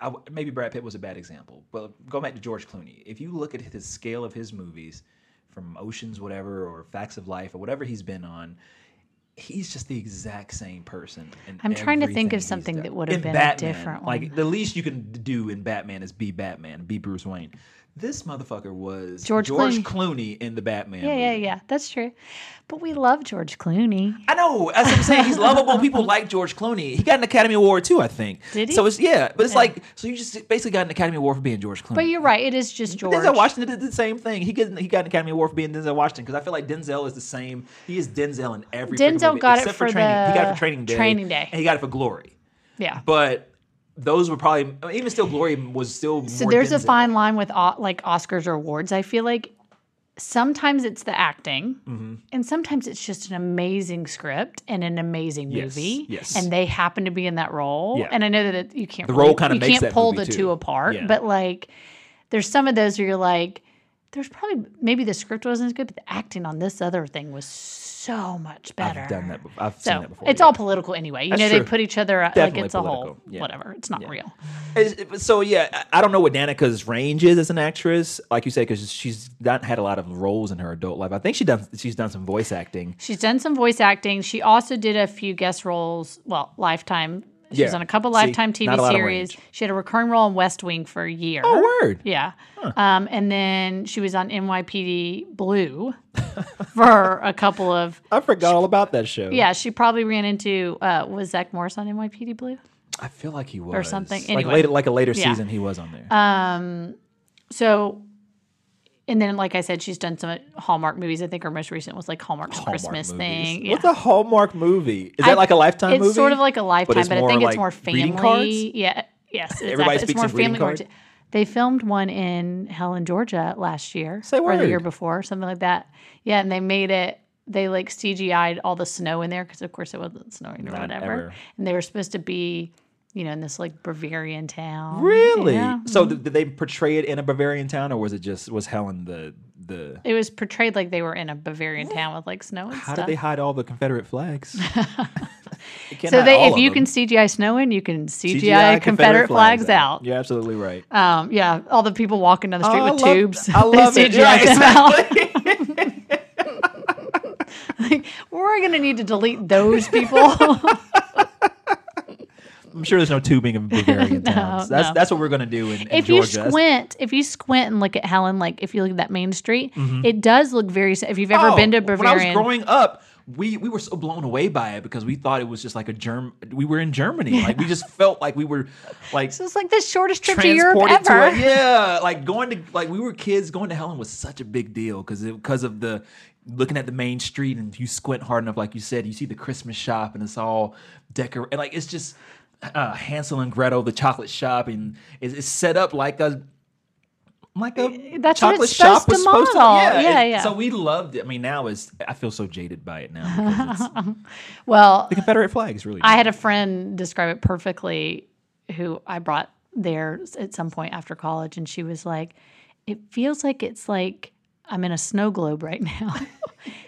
Speaker 4: I, maybe Brad Pitt was a bad example, but go back to George Clooney. If you look at the scale of his movies, from Oceans, whatever, or Facts of Life, or whatever he's been on, he's just the exact same person. in
Speaker 2: I'm trying to think
Speaker 4: everything
Speaker 2: of
Speaker 4: he's
Speaker 2: something
Speaker 4: done.
Speaker 2: that would have
Speaker 4: In
Speaker 2: been a
Speaker 4: Batman,
Speaker 2: different
Speaker 4: Like the least you can do in Batman is be Batman, be Bruce Wayne. This motherfucker was
Speaker 2: George Clooney.
Speaker 4: Clooney in the Batman.
Speaker 2: Yeah, yeah,
Speaker 4: movie.
Speaker 2: yeah. That's true. But we love George Clooney.
Speaker 4: I know. As I'm saying, he's lovable. People like George Clooney. He got an Academy Award too, I think.
Speaker 2: Did he?
Speaker 4: So it's yeah, but it's like so you just basically got an Academy Award for being George Clooney.
Speaker 2: But you're right. It is just George.
Speaker 4: Denzel Washington did the same thing. He got he got an Academy Award for being Denzel Washington because I feel like Denzel is the same. He is Denzel in every. freaking
Speaker 2: Denzel
Speaker 4: movie,
Speaker 2: got it
Speaker 4: except for,
Speaker 2: for
Speaker 4: training. he got it
Speaker 2: the
Speaker 4: for Training Day.
Speaker 2: Training Day.
Speaker 4: And he got it for Glory.
Speaker 2: yeah.
Speaker 4: But those were probably I mean, even still Glory was still.
Speaker 2: so
Speaker 4: more
Speaker 2: there's a
Speaker 4: Denzel.
Speaker 2: fine line with o- like Oscars or awards. I feel like sometimes it's the acting,
Speaker 4: Mm-hmm.
Speaker 2: and sometimes it's just an amazing script and an amazing
Speaker 4: Yes,
Speaker 2: movie,
Speaker 4: yes.
Speaker 2: and they happen to be in that role.
Speaker 4: Yeah.
Speaker 2: And I know that it- you can't
Speaker 4: The role
Speaker 2: really-
Speaker 4: kinda
Speaker 2: you
Speaker 4: makes
Speaker 2: can't
Speaker 4: that
Speaker 2: pull
Speaker 4: movie,
Speaker 2: the
Speaker 4: too.
Speaker 2: two apart,
Speaker 4: Yeah.
Speaker 2: but like there's some of those where you're like. There's probably maybe the script wasn't as good, but the acting on this other thing was so much better.
Speaker 4: I've done that. bef- I've
Speaker 2: So
Speaker 4: seen that before.
Speaker 2: it's
Speaker 4: yeah.
Speaker 2: all political anyway. You
Speaker 4: That's
Speaker 2: know,
Speaker 4: true.
Speaker 2: they put each other up, like
Speaker 4: Definitely
Speaker 2: it's a whole
Speaker 4: political, yeah.
Speaker 2: whatever. It's not real.
Speaker 4: It's- it- So yeah, I I don't know what Danica's range is as an actress, like you said, because she's not had a lot of roles in her adult life. I think she done she's done some voice acting.
Speaker 2: She's done some voice acting. She also did a few guest roles. Well, Lifetime. She was
Speaker 4: Yeah.
Speaker 2: on a couple
Speaker 4: See,
Speaker 2: Lifetime
Speaker 4: not a
Speaker 2: TV
Speaker 4: lot of
Speaker 2: series.
Speaker 4: range.
Speaker 2: She had a recurring role in West Wing for a year.
Speaker 4: Oh word!
Speaker 2: Yeah. Um, and then she was on NYPD Blue for a couple of.
Speaker 4: I forgot all about that show.
Speaker 2: Yeah, she probably ran into. Uh, was Zach Morris on NYPD Blue?
Speaker 4: I feel like he was
Speaker 2: something.
Speaker 4: Like
Speaker 2: Anyway.
Speaker 4: later, like a later
Speaker 2: Yeah. Uh,
Speaker 4: season, he was on there.
Speaker 2: So, and then, like I said, she's done some Hallmark movies. I think her most recent was like Hallmark's
Speaker 4: Hallmark
Speaker 2: Christmas
Speaker 4: movies.
Speaker 2: thing.
Speaker 4: What's
Speaker 2: Yeah.
Speaker 4: a Hallmark movie? Is that
Speaker 2: I-
Speaker 4: like a Lifetime
Speaker 2: it's
Speaker 4: movie?
Speaker 2: sort of like a lifetime, but,
Speaker 4: it's
Speaker 2: I
Speaker 4: more
Speaker 2: think it's
Speaker 4: like
Speaker 2: more
Speaker 4: greeting
Speaker 2: family.
Speaker 4: cards?
Speaker 2: Yeah. Yes. Exactly.
Speaker 4: Everybody
Speaker 2: it's
Speaker 4: speaks
Speaker 2: more
Speaker 4: in greeting
Speaker 2: family oriented. They filmed one in Helen, Georgia last year
Speaker 4: Say
Speaker 2: or the year
Speaker 4: word.
Speaker 2: before, something like that. Yeah, and they made it. They like CGI'd all the snow in there because, of course, it wasn't snowing or
Speaker 4: Not
Speaker 2: whatever.
Speaker 4: ever.
Speaker 2: And they were supposed to be, you know, in this like Bavarian town.
Speaker 4: really.
Speaker 2: Yeah. Mm-hmm.
Speaker 4: So th- did they portray it in a Bavarian town, or was it just was Helen the the?
Speaker 2: It was portrayed like they were in a Bavarian town with like snow and
Speaker 4: How
Speaker 2: stuff.
Speaker 4: did they hide all the Confederate flags? They can't
Speaker 2: so
Speaker 4: hide
Speaker 2: they,
Speaker 4: all
Speaker 2: if
Speaker 4: of
Speaker 2: you
Speaker 4: them.
Speaker 2: can CGI snow in, you can CGI, Confederate, flags out.
Speaker 4: You're absolutely right.
Speaker 2: Um, yeah, all the people walking down the street
Speaker 4: Oh,
Speaker 2: with
Speaker 4: I love-
Speaker 2: tubes.
Speaker 4: I love
Speaker 2: they
Speaker 4: it. Yeah,
Speaker 2: CGI them out.
Speaker 4: exactly.
Speaker 2: Like, we're gonna need to delete those people.
Speaker 4: I'm sure there's no tubing in Bavarian towns. That's
Speaker 2: no.
Speaker 4: that's what we're gonna do in, in
Speaker 2: if
Speaker 4: Georgia.
Speaker 2: you
Speaker 4: That's-
Speaker 2: squint, if you squint and look at Helen, like if you look at that main street,
Speaker 4: Mm-hmm.
Speaker 2: it does look very. s- If you've ever
Speaker 4: Oh,
Speaker 2: been to
Speaker 4: When I was
Speaker 2: Bavarian,
Speaker 4: growing up, we we were so blown away by it because we thought it was just like a germ. We were in Germany. Like we just felt like we were like
Speaker 2: so it's like the shortest trip to Europe
Speaker 4: transported to
Speaker 2: ever.
Speaker 4: it. Yeah, like going to like we were kids going to Helen was such a big deal because because of the looking at the main street and if you squint hard enough, like you said, you see the Christmas shop and it's all decor and like it's just uh, Hansel and Gretel, the chocolate shop, and it's, it's set up like a like a
Speaker 2: Eh, That's what
Speaker 4: chocolate
Speaker 2: it's
Speaker 4: shop
Speaker 2: supposed
Speaker 4: was
Speaker 2: to
Speaker 4: supposed to
Speaker 2: model. Yeah,
Speaker 4: it-
Speaker 2: yeah.
Speaker 4: So we loved it. I mean, now it's I feel so jaded by it now. Because it's,
Speaker 2: Well,
Speaker 4: the Confederate flag is really.
Speaker 2: I had a friend describe it perfectly who I brought there s- at some point after college, and she was like, It feels like it's like I'm in a snow globe right now.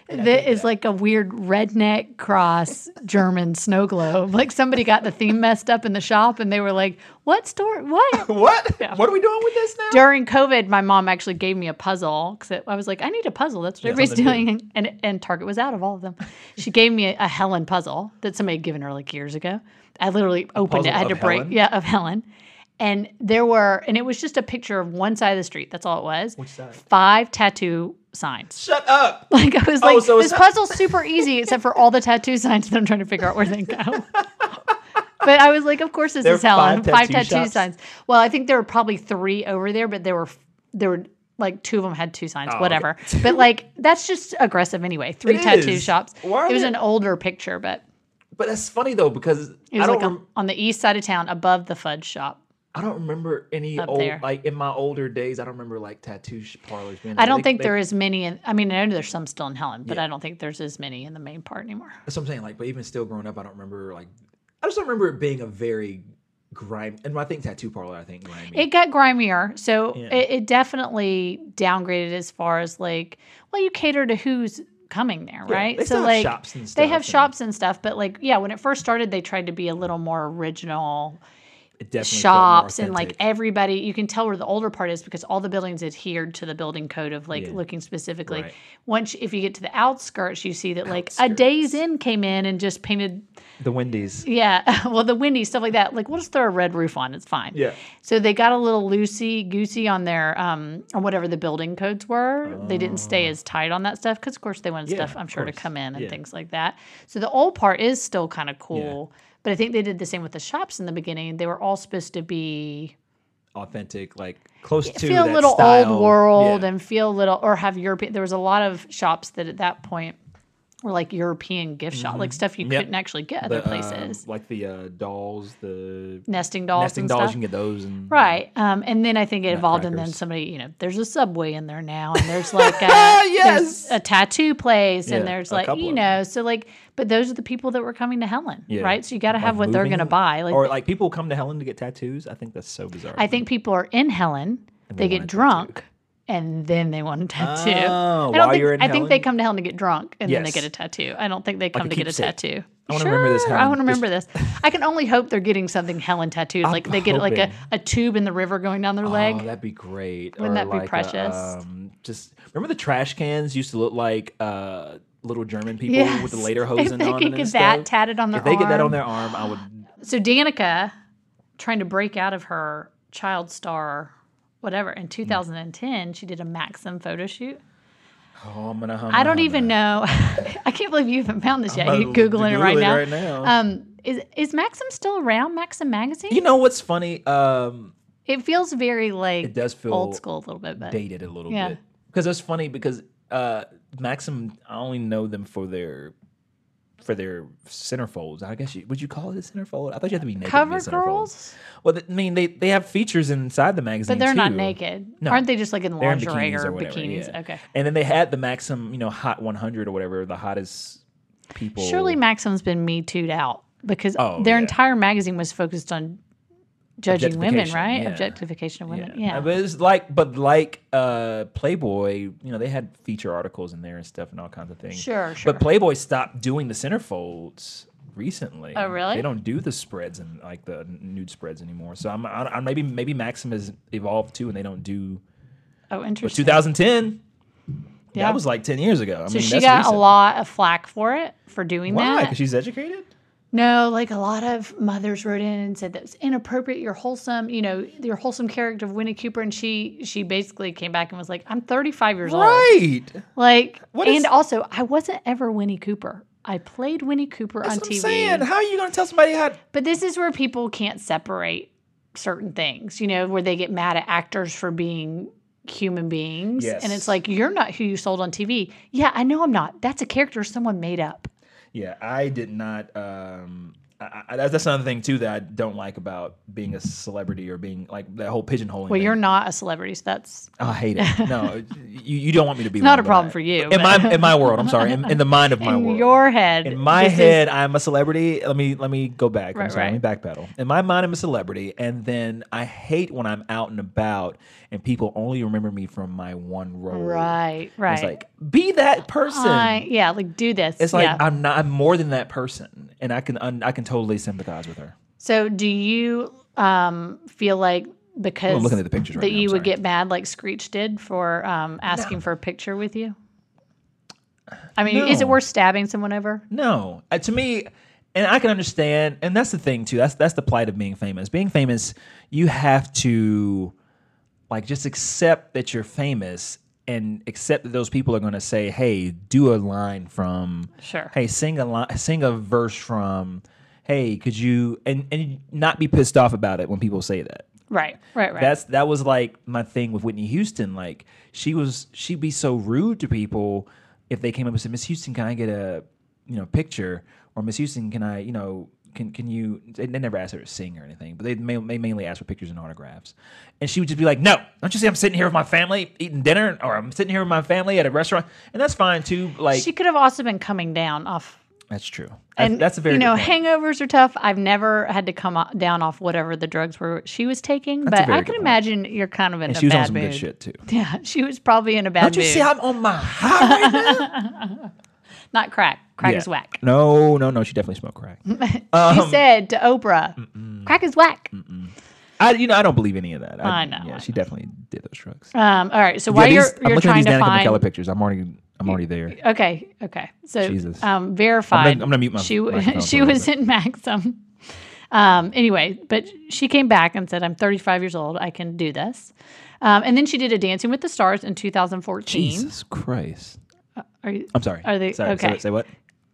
Speaker 2: That is like a weird redneck cross German snow globe. Like somebody got the theme messed up in the shop, and they were like, What store? What?
Speaker 4: what? What are we doing with this now?
Speaker 2: During COVID, my mom actually gave me a puzzle because I was like, I need a puzzle. That's what everybody's
Speaker 4: something
Speaker 2: doing. And, and Target was out of all of them. She gave me a, a Helen puzzle that somebody had given her like years ago. I literally opened it. I had to
Speaker 4: puzzle of
Speaker 2: break.
Speaker 4: Helen?
Speaker 2: Yeah, of Helen. And there were, and it was just a picture of one side of the street. That's all it was. Which
Speaker 4: side?
Speaker 2: Five tattoo signs.
Speaker 4: Shut up.
Speaker 2: Like I was like,
Speaker 4: Oh, so it's
Speaker 2: this
Speaker 4: not-
Speaker 2: puzzle's super easy, except for all the tattoo signs that I'm trying to figure out where they go. but I was like, of course this
Speaker 4: There
Speaker 2: is
Speaker 4: are
Speaker 2: Helen.
Speaker 4: five
Speaker 2: Five tattoo,
Speaker 4: tattoo shops?
Speaker 2: signs. Well, I think there were probably three over there, but there were there were like two of them had two signs, whatever. but like that's just aggressive anyway. Three
Speaker 4: Oh, It
Speaker 2: tattoo
Speaker 4: is.
Speaker 2: shops.
Speaker 4: Why are
Speaker 2: it was
Speaker 4: they-
Speaker 2: an older picture, but
Speaker 4: But that's funny though because
Speaker 2: it was
Speaker 4: I don't
Speaker 2: like on-
Speaker 4: rem-
Speaker 2: on the east side of town, above the fudge shop.
Speaker 4: I don't remember any
Speaker 2: Up
Speaker 4: old
Speaker 2: there.
Speaker 4: like in my older days. I don't remember like tattoo sh- parlors being.
Speaker 2: I don't
Speaker 4: they-
Speaker 2: think
Speaker 4: they-
Speaker 2: there is many. In, I mean, I know there's some still in Helen, but I don't think there's as many in the main part anymore.
Speaker 4: That's what I'm saying. Like, but even still, growing up, I don't remember like. I just don't remember it being a very grime. And I think tattoo parlor. I think grimy.
Speaker 2: It got grimier. So it, it definitely downgraded as far as like, well, you cater to who's coming there, right?
Speaker 4: they
Speaker 2: so
Speaker 4: still have
Speaker 2: like
Speaker 4: shops and
Speaker 2: they
Speaker 4: stuff
Speaker 2: have
Speaker 4: and-
Speaker 2: shops and stuff, but like yeah, when it first started they tried to be a little more original.
Speaker 4: It definitely felt more
Speaker 2: shops and like
Speaker 4: authentic.
Speaker 2: everybody you can tell where the older part is because all the buildings adhered to the building code of like
Speaker 4: Yeah.
Speaker 2: looking specifically
Speaker 4: Right.
Speaker 2: once if you get to the outskirts you see that like a days in came in and just painted
Speaker 4: the Wendy's.
Speaker 2: yeah well the windy stuff like that like we'll just throw a red roof on it's fine
Speaker 4: Yeah.
Speaker 2: so they got a little loosey goosey on their um on whatever the building codes were they didn't stay as tight on that stuff because of course they wanted
Speaker 4: Oh. Yeah,
Speaker 2: stuff
Speaker 4: of
Speaker 2: i'm sure to
Speaker 4: course.
Speaker 2: come in and
Speaker 4: Yeah.
Speaker 2: things like that so the old part is still kind of cool but i think they did the same with the shops in the beginning they were all supposed to be
Speaker 4: Authentic, like close to
Speaker 2: feel a
Speaker 4: that
Speaker 2: little
Speaker 4: style.
Speaker 2: old world
Speaker 4: Yeah.
Speaker 2: and feel a little or have European. There was a lot of shops that at that point were like European gift shop, like stuff you
Speaker 4: Mm-hmm. Yep.
Speaker 2: couldn't actually get
Speaker 4: The,
Speaker 2: other
Speaker 4: um,
Speaker 2: places.
Speaker 4: like the uh, dolls, the
Speaker 2: nesting dolls
Speaker 4: nesting
Speaker 2: and
Speaker 4: dolls.
Speaker 2: stuff.
Speaker 4: You can get those and
Speaker 2: Right, um, and then I think it evolved, and then
Speaker 4: Nutcrackers.
Speaker 2: somebody, you know, there's a subway in there now, and there's like a,
Speaker 4: Yes!
Speaker 2: there's a tattoo place, and
Speaker 4: Yeah,
Speaker 2: there's
Speaker 4: a
Speaker 2: like
Speaker 4: couple
Speaker 2: you
Speaker 4: of
Speaker 2: know, so like, but those are the people that were coming to Helen,
Speaker 4: Yeah.
Speaker 2: right? So you got to
Speaker 4: Like
Speaker 2: have what they're
Speaker 4: moving-
Speaker 2: going to buy, like
Speaker 4: or like people come to Helen to get tattoos. I think that's so bizarre.
Speaker 2: I think people are in Helen, they,
Speaker 4: they
Speaker 2: get
Speaker 4: want a
Speaker 2: drunk, and then they want a tattoo.
Speaker 4: Oh,
Speaker 2: I
Speaker 4: while
Speaker 2: think,
Speaker 4: you're in
Speaker 2: I think they
Speaker 4: Helen?
Speaker 2: come to Helen to get drunk, and then they
Speaker 4: Yes.
Speaker 2: get a tattoo. I don't think they come
Speaker 4: a
Speaker 2: to get a
Speaker 4: keepsake.
Speaker 2: tattoo.
Speaker 4: I wanna remember this
Speaker 2: I
Speaker 4: Helen-
Speaker 2: want
Speaker 4: this-
Speaker 2: to remember this. I can only hope they're getting something Helen tattooed. Like they get like a,
Speaker 4: hoping.
Speaker 2: a tube in the river going down their leg.
Speaker 4: Oh, that'd be great.
Speaker 2: Wouldn't
Speaker 4: Or
Speaker 2: that be
Speaker 4: like a,
Speaker 2: precious?
Speaker 4: um, just remember the trash cans used to look like uh, little German people with the
Speaker 2: Yes.
Speaker 4: later
Speaker 2: If
Speaker 4: hosen
Speaker 2: they
Speaker 4: on
Speaker 2: could
Speaker 4: and
Speaker 2: get
Speaker 4: stuff.
Speaker 2: that tatted on their
Speaker 4: If they get that
Speaker 2: arm.
Speaker 4: on their arm, I would.
Speaker 2: So Danica trying to break out of her child star whatever
Speaker 4: Hmm.
Speaker 2: in 2010 she did a maxim photo shoot
Speaker 4: Oh, I'm gonna. hum-
Speaker 2: i don't
Speaker 4: hum-
Speaker 2: even know i can't believe you haven't found this yet
Speaker 4: I'm
Speaker 2: you're
Speaker 4: gonna
Speaker 2: googling it
Speaker 4: Google
Speaker 2: right now
Speaker 4: Right now.
Speaker 2: Um, is is Maxim still around? Maxim magazine?
Speaker 4: you know what's funny? Um,
Speaker 2: it feels very like
Speaker 4: it does feel
Speaker 2: old school a little bit, but
Speaker 4: dated a little
Speaker 2: Yeah.
Speaker 4: bit because that's funny because uh, Maxim. I only know them for their. For their centerfolds, I guess you would you call it a centerfold? I thought you had to be naked. to be a
Speaker 2: cover
Speaker 4: centerfold.
Speaker 2: girls,
Speaker 4: Well, th- I mean, they, they have features inside the magazine,
Speaker 2: but they're not
Speaker 4: too.
Speaker 2: naked,
Speaker 4: No.
Speaker 2: aren't they? Just like in
Speaker 4: They're in
Speaker 2: lingerie
Speaker 4: bikinis
Speaker 2: or,
Speaker 4: or whatever,
Speaker 2: bikinis.
Speaker 4: yeah.
Speaker 2: Okay.
Speaker 4: And then they had the Maxim, you know, Hot 100 or whatever, the hottest people.
Speaker 2: Surely Maxim's been me too'd out because
Speaker 4: Oh,
Speaker 2: their
Speaker 4: yeah.
Speaker 2: entire magazine was focused on judging women,
Speaker 4: Objectification,
Speaker 2: right?
Speaker 4: yeah.
Speaker 2: Objectification of women.
Speaker 4: Yeah.
Speaker 2: Yeah.
Speaker 4: But it's like, but like uh, Playboy, you know, they had feature articles in there and stuff and all kinds of things.
Speaker 2: Sure, sure.
Speaker 4: But Playboy stopped doing the centerfolds recently.
Speaker 2: Oh, really?
Speaker 4: They don't do the spreads and like the nude spreads anymore. So I'm, I, I maybe maybe Maxim has evolved too, and they don't do.
Speaker 2: oh,
Speaker 4: But
Speaker 2: interesting.
Speaker 4: 2010,
Speaker 2: Yeah.
Speaker 4: that was like 10 years ago. I
Speaker 2: so
Speaker 4: mean,
Speaker 2: she
Speaker 4: that's
Speaker 2: got
Speaker 4: recent.
Speaker 2: a lot of flack for it for doing
Speaker 4: Why?
Speaker 2: that.
Speaker 4: Because she's educated.
Speaker 2: No, like a lot of mothers wrote in and said that was inappropriate. Your wholesome, you know, your wholesome character of Winnie Cooper, and she she basically came back and was like, "I'm 35 years old."
Speaker 4: Right.
Speaker 2: Like,
Speaker 4: What
Speaker 2: and
Speaker 4: is-
Speaker 2: also, I wasn't ever Winnie Cooper. I played Winnie Cooper on
Speaker 4: That's
Speaker 2: TV.
Speaker 4: what I'm saying. How are you going to tell somebody how?
Speaker 2: But this is where people can't separate certain things, you know, where they get mad at actors for being human beings. And it's
Speaker 4: Yes.
Speaker 2: like, you're not who you sold on TV. Yeah, I know I'm not. That's a character someone made up.
Speaker 4: Yeah, I did not. Um, I, I, that's that's another thing too that I don't like about being a celebrity or being like that whole pigeonholing.
Speaker 2: Well,
Speaker 4: thing. Oh,
Speaker 2: you're not a celebrity, so that's
Speaker 4: I hate it. No, you, you don't want me to be.
Speaker 2: not
Speaker 4: one,
Speaker 2: a
Speaker 4: but
Speaker 2: problem
Speaker 4: I-
Speaker 2: for you,
Speaker 4: In
Speaker 2: but-
Speaker 4: my in my world, I'm sorry. In, in the mind of my
Speaker 2: in
Speaker 4: world.
Speaker 2: your head.
Speaker 4: in my
Speaker 2: this is-
Speaker 4: head, I'm a celebrity. Let me let me go back.
Speaker 2: Right,
Speaker 4: I'm sorry.
Speaker 2: right.
Speaker 4: Let me backpedal. In my mind, I'm a celebrity, and then I hate when I'm out and about and people only remember me from my one role.
Speaker 2: Right, right.
Speaker 4: It's like be that person.
Speaker 2: I- yeah, like do this.
Speaker 4: It's like
Speaker 2: yeah.
Speaker 4: I'm not. I'm more than that person, and I can un, I can totally sympathize with her.
Speaker 2: so do you um, feel like because
Speaker 4: looking at the pictures right
Speaker 2: that
Speaker 4: now,
Speaker 2: you
Speaker 4: I'm
Speaker 2: would
Speaker 4: sorry.
Speaker 2: get mad like Screech did for um, asking for a picture with you? I mean, is it
Speaker 4: No.
Speaker 2: worth stabbing someone over?
Speaker 4: No, Uh, to me, and I can understand, and that's the thing too. That's that's the plight of being famous. Being famous, you have to like just accept that you're famous and accept that those people are going to say, "Hey, do a line from,"
Speaker 2: Sure.
Speaker 4: "Hey, sing a line, sing a verse from." Hey, could you and and not be pissed off about it when people say that?
Speaker 2: Right, right, right.
Speaker 4: That's that was like my thing with Whitney Houston. Like she was, she'd be so rude to people if they came up and said, "Miss Houston, can I get a you know picture?" Or Miss Houston, can I you know can can you? They, they never asked her to sing or anything, but they, ma- they mainly asked for pictures and autographs. And she would just be like, "No, don't you see I'm sitting here with my family eating dinner, or I'm sitting here with my family at a restaurant, and that's fine too." Like
Speaker 2: she could have also been coming down off.
Speaker 4: that's true. That's-
Speaker 2: And
Speaker 4: that's a very
Speaker 2: you
Speaker 4: good
Speaker 2: know
Speaker 4: point.
Speaker 2: hangovers are tough. I've never had to come o- down off whatever the drugs were she was taking,
Speaker 4: a
Speaker 2: but
Speaker 4: very
Speaker 2: I
Speaker 4: good
Speaker 2: can
Speaker 4: point.
Speaker 2: imagine you're kind of in
Speaker 4: And
Speaker 2: a
Speaker 4: she was
Speaker 2: bad
Speaker 4: on some
Speaker 2: mood.
Speaker 4: good shit too.
Speaker 2: Yeah, she was probably in a bad
Speaker 4: Don't you
Speaker 2: mood.
Speaker 4: see I'm on my high right now?
Speaker 2: Not crack. Crack
Speaker 4: Yeah. Um,
Speaker 2: is whack.
Speaker 4: No, no, no. She definitely smoked crack.
Speaker 2: she said to Oprah, Crack is whack.
Speaker 4: I, you know, I don't believe any of that.
Speaker 2: I know,
Speaker 4: Yeah,
Speaker 2: I
Speaker 4: she definitely did those drugs.
Speaker 2: Um, all right. So while
Speaker 4: yeah,
Speaker 2: you're
Speaker 4: these- I'm
Speaker 2: you're
Speaker 4: looking
Speaker 2: trying
Speaker 4: at these
Speaker 2: to
Speaker 4: Danica
Speaker 2: find
Speaker 4: McKellar pictures. I'm already, I'm already there.
Speaker 2: Okay, okay. So
Speaker 4: Jesus.
Speaker 2: um verified.
Speaker 4: I'm gonna mute my
Speaker 2: She w-
Speaker 4: microphone
Speaker 2: she
Speaker 4: for a
Speaker 2: was in Maxim. Um anyway, but she came back and said I'm 35 years old, I can do this. Um, and then she did a Dancing with the Stars in 2014.
Speaker 4: Jesus Christ!
Speaker 2: Are you,
Speaker 4: I'm sorry.
Speaker 2: Are they-
Speaker 4: sorry,
Speaker 2: okay.
Speaker 4: Say, say what?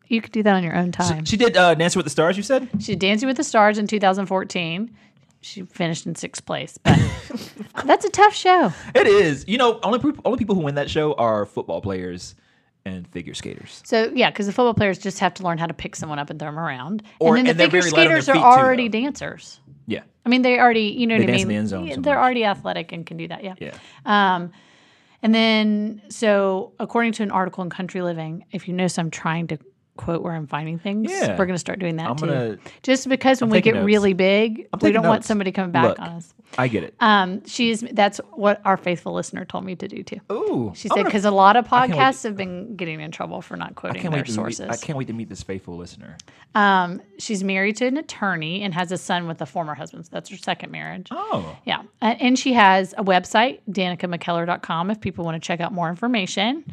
Speaker 2: you could do that on your own time.
Speaker 4: She did uh, Dancing with the Stars. You said
Speaker 2: She did Dancing with the Stars in 2014. She finished in sixth place, but that's a tough show.
Speaker 4: it is. You know, only peop only people who win that show are football players and figure skaters.
Speaker 2: So yeah, because the football players just have to learn how to pick someone up and throw them around,
Speaker 4: Or-
Speaker 2: and then
Speaker 4: and
Speaker 2: the
Speaker 4: they're very
Speaker 2: figure
Speaker 4: light on their
Speaker 2: skaters are
Speaker 4: feet, too,
Speaker 2: already
Speaker 4: though.
Speaker 2: dancers.
Speaker 4: Yeah,
Speaker 2: I mean, they already, you know
Speaker 4: They
Speaker 2: what I
Speaker 4: dance in
Speaker 2: mean.
Speaker 4: the end zone
Speaker 2: Yeah,
Speaker 4: so
Speaker 2: they're
Speaker 4: much.
Speaker 2: already athletic and can do that. Yeah.
Speaker 4: yeah.
Speaker 2: And then, so according to an article in Country Living, if you notice, I'm trying to quote where I'm finding things.
Speaker 4: Yeah.
Speaker 2: We're going to start doing that
Speaker 4: I'm
Speaker 2: too.
Speaker 4: gonna-
Speaker 2: Just because when we
Speaker 4: taking
Speaker 2: get
Speaker 4: notes.
Speaker 2: really big,
Speaker 4: I'm
Speaker 2: we
Speaker 4: taking
Speaker 2: don't want
Speaker 4: notes.
Speaker 2: somebody coming back
Speaker 4: Look,
Speaker 2: on us.
Speaker 4: I get it.
Speaker 2: Um, she's that's what our faithful listener told me to do too.
Speaker 4: Ooh,
Speaker 2: Um, She
Speaker 4: I'm
Speaker 2: said
Speaker 4: gonna-
Speaker 2: because a lot of
Speaker 4: can't wait to-
Speaker 2: podcasts have been getting in trouble for
Speaker 4: I
Speaker 2: not quoting
Speaker 4: can't
Speaker 2: their
Speaker 4: wait to meet-
Speaker 2: sources.
Speaker 4: I can't wait to meet this faithful listener.
Speaker 2: Um, she's married to an attorney and has a son with a former husband. So that's her second marriage.
Speaker 4: Oh,
Speaker 2: Yeah. And, and she has a website, danicamckellar.com, if people want to check out more information.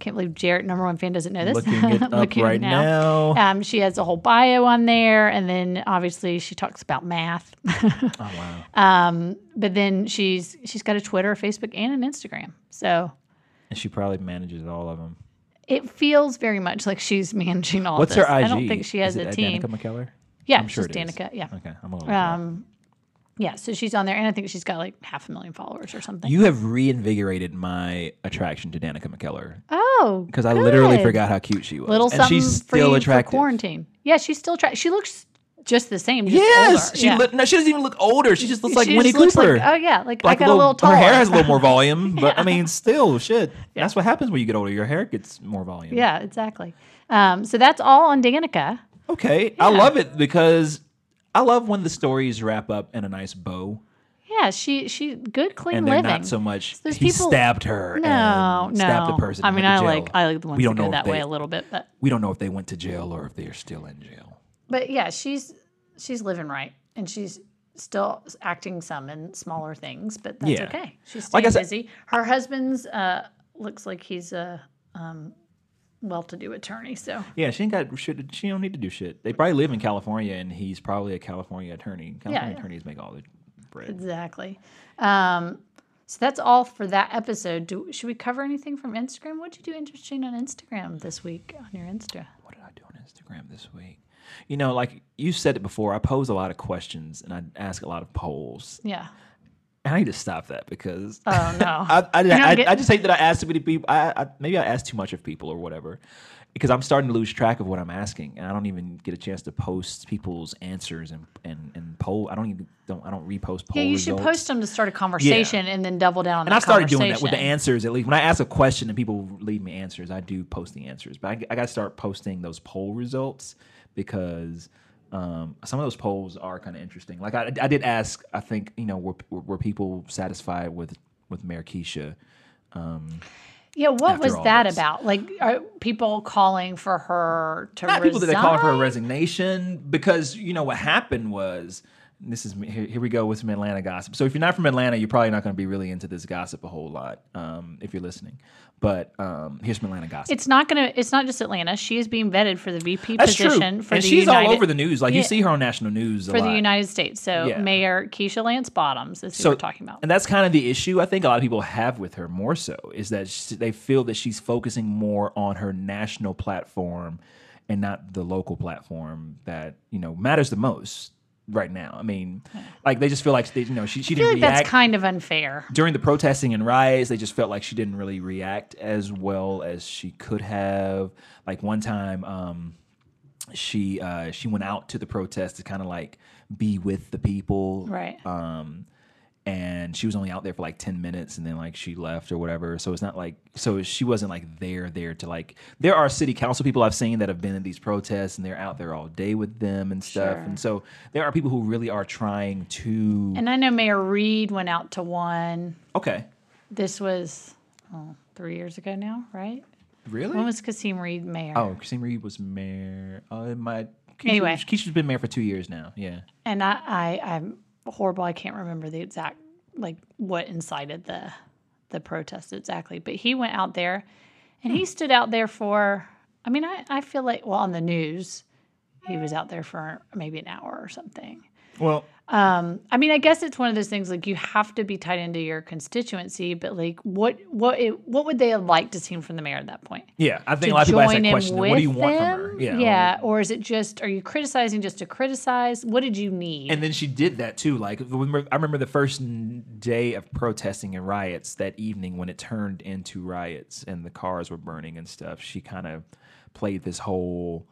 Speaker 2: Can't believe Jarrett, number one fan, doesn't know this.
Speaker 4: Looking it up right now.
Speaker 2: Um, she has a whole bio on there. And then obviously she talks about math. Um,
Speaker 4: oh wow.
Speaker 2: but then she's she's got a Twitter, a Facebook, and an Instagram. So
Speaker 4: And she probably manages all of them.
Speaker 2: it feels very much like she's managing all
Speaker 4: What's
Speaker 2: this.
Speaker 4: her IG?
Speaker 2: I don't think she has
Speaker 4: Is it
Speaker 2: a
Speaker 4: at
Speaker 2: team.
Speaker 4: Danica McKellar?
Speaker 2: yeah,
Speaker 4: I'm sure
Speaker 2: she's
Speaker 4: it is.
Speaker 2: Danica. Yeah.
Speaker 4: Okay, I'm gonna. Look it up.
Speaker 2: Um, yeah, so she's on there, and I think she's got like half a million followers or something.
Speaker 4: You have reinvigorated my attraction to Danica McKellar
Speaker 2: oh,
Speaker 4: because I literally
Speaker 2: good.
Speaker 4: forgot how cute she was.
Speaker 2: Little
Speaker 4: and
Speaker 2: something
Speaker 4: she's
Speaker 2: for, you
Speaker 4: still
Speaker 2: for
Speaker 4: attractive.
Speaker 2: quarantine. Yeah, she's still attractive. She looks just the same. Just
Speaker 4: Yes,
Speaker 2: older.
Speaker 4: she
Speaker 2: yeah.
Speaker 4: look- no, she doesn't even look older. She just looks like
Speaker 2: She
Speaker 4: Winnie
Speaker 2: just looks like-
Speaker 4: Cooper.
Speaker 2: oh yeah, like,
Speaker 4: Like
Speaker 2: I got a little taller.
Speaker 4: Her hair has a little more volume, but I mean, still, shit. That's what happens when you get older. Your hair gets more volume.
Speaker 2: yeah, exactly. Um, so that's all on Danica.
Speaker 4: Okay, I love it because I love when the stories wrap up in a nice bow,
Speaker 2: Yeah, she she good clean
Speaker 4: and they're
Speaker 2: living.
Speaker 4: not so much.
Speaker 2: There's
Speaker 4: he
Speaker 2: people-
Speaker 4: stabbed her.
Speaker 2: no,
Speaker 4: and
Speaker 2: no.
Speaker 4: Stabbed the person.
Speaker 2: I
Speaker 4: and
Speaker 2: mean,
Speaker 4: went
Speaker 2: I
Speaker 4: to
Speaker 2: like
Speaker 4: jail.
Speaker 2: I like the ones
Speaker 4: we
Speaker 2: that
Speaker 4: don't know
Speaker 2: go
Speaker 4: if
Speaker 2: that
Speaker 4: they,
Speaker 2: way a little bit, but
Speaker 4: We don't know if they went to jail or if they're still in jail.
Speaker 2: but yeah, she's she's living right, and she's still acting some in smaller things, but that's
Speaker 4: Yeah.
Speaker 2: okay. She's staying
Speaker 4: Like I said-
Speaker 2: busy. Her husband's uh, looks like he's a um, well-to-do attorney, so
Speaker 4: Yeah, she ain't got shit. She don't need to do shit. They probably live in California, and he's probably a California attorney. California
Speaker 2: yeah.
Speaker 4: attorneys make all the bread.
Speaker 2: exactly. Um, so that's all for that episode. Do, should we cover anything from Instagram? What'd you do interesting on Instagram this week on your Insta?
Speaker 4: What did I do on Instagram this week? You know, like you said it before, I pose a lot of questions and I ask a lot of polls.
Speaker 2: Yeah.
Speaker 4: And I need to stop that because
Speaker 2: Oh no.
Speaker 4: I, I,
Speaker 2: You're not
Speaker 4: I,
Speaker 2: get-
Speaker 4: I just hate that I ask too many people. I, I maybe I ask too much of people or whatever, because I'm starting to lose track of what I'm asking, and I don't even get a chance to post people's answers and and, and poll. I don't even don't I don't repost poll.
Speaker 2: yeah, you should
Speaker 4: results.
Speaker 2: post them to start a conversation and then double down on
Speaker 4: And I
Speaker 2: that
Speaker 4: started doing that with the
Speaker 2: conversation.
Speaker 4: answers at least. When I ask a question and people leave me answers, I do post the answers. But I, I got to start posting those poll results because um, some of those polls are kind of interesting. Like I, I did ask, I think you know, were, were were people satisfied with with Mayor Keisha?
Speaker 2: Yeah, what
Speaker 4: after
Speaker 2: was
Speaker 4: all
Speaker 2: that
Speaker 4: this.
Speaker 2: about? Like, are people calling for her to
Speaker 4: Not
Speaker 2: resign?
Speaker 4: people that they called for a resignation because you know what happened was. This is here, here we go with some Atlanta gossip. So if you're not from Atlanta, you're probably not going to be really into this gossip a whole lot um, if you're listening. But um, here's some Atlanta gossip.
Speaker 2: It's not gonna. It's not just Atlanta. She is being vetted for the VP
Speaker 4: That's
Speaker 2: position
Speaker 4: true.
Speaker 2: for
Speaker 4: and
Speaker 2: the
Speaker 4: she's
Speaker 2: United,
Speaker 4: all over the news. Like
Speaker 2: Yeah.
Speaker 4: you see her on national news a
Speaker 2: for
Speaker 4: lot.
Speaker 2: the United States. So
Speaker 4: Yeah.
Speaker 2: Mayor Keisha Lance Bottoms is who
Speaker 4: so
Speaker 2: we're talking about.
Speaker 4: and that's kind of the issue I think a lot of people have with her more so is that sh they feel that she's focusing more on her national platform and not the local platform that you know matters the most right now. I mean, like they just feel like they, you know she she
Speaker 2: I feel
Speaker 4: didn't
Speaker 2: like
Speaker 4: react
Speaker 2: that's kind of unfair.
Speaker 4: during the protesting and riots, they just felt like she didn't really react as well as she could have. Like one time, um, she uh, she went out to the protest to kind of like be with the people,
Speaker 2: Right.
Speaker 4: Um, and she was only out there for like ten minutes, and then like she left or whatever. So it's not like so she wasn't like there there to like. There are city council people I've seen that have been at these protests, and they're out there all day with them and stuff. And so there are people who really are trying to.
Speaker 2: And I know Mayor Reed went out to one.
Speaker 4: okay,
Speaker 2: This was oh, three years ago now, right?
Speaker 4: really?
Speaker 2: When was Kasim Reed mayor?
Speaker 4: Oh, Christine Reed was mayor. Oh, it might Keisha,
Speaker 2: Anyway.
Speaker 4: Keisha's been married for two years now. Yeah.
Speaker 2: And I, I I'm horrible. I can't remember the exact like what incited the the protest exactly. But he went out there and
Speaker 4: Hmm.
Speaker 2: he stood out there for I mean, I, I feel like well on the news, he was out there for maybe an hour or something.
Speaker 4: Well,
Speaker 2: I mean, I guess it's one of those things like you have to be tied into your constituency, but like what what it, what would they have liked to see from the mayor at that point?
Speaker 4: yeah. I think
Speaker 2: to
Speaker 4: a lot of people ask
Speaker 2: join
Speaker 4: that
Speaker 2: in
Speaker 4: question. What do you
Speaker 2: with
Speaker 4: want
Speaker 2: them?
Speaker 4: from her?
Speaker 2: Yeah.
Speaker 4: Yeah.
Speaker 2: Or is it just are you criticizing just to criticize? What did you need?
Speaker 4: And then she did that too. Like remember- I remember the first n- day of protesting and riots that evening when it turned into riots and the cars were burning and stuff. She kind of played this whole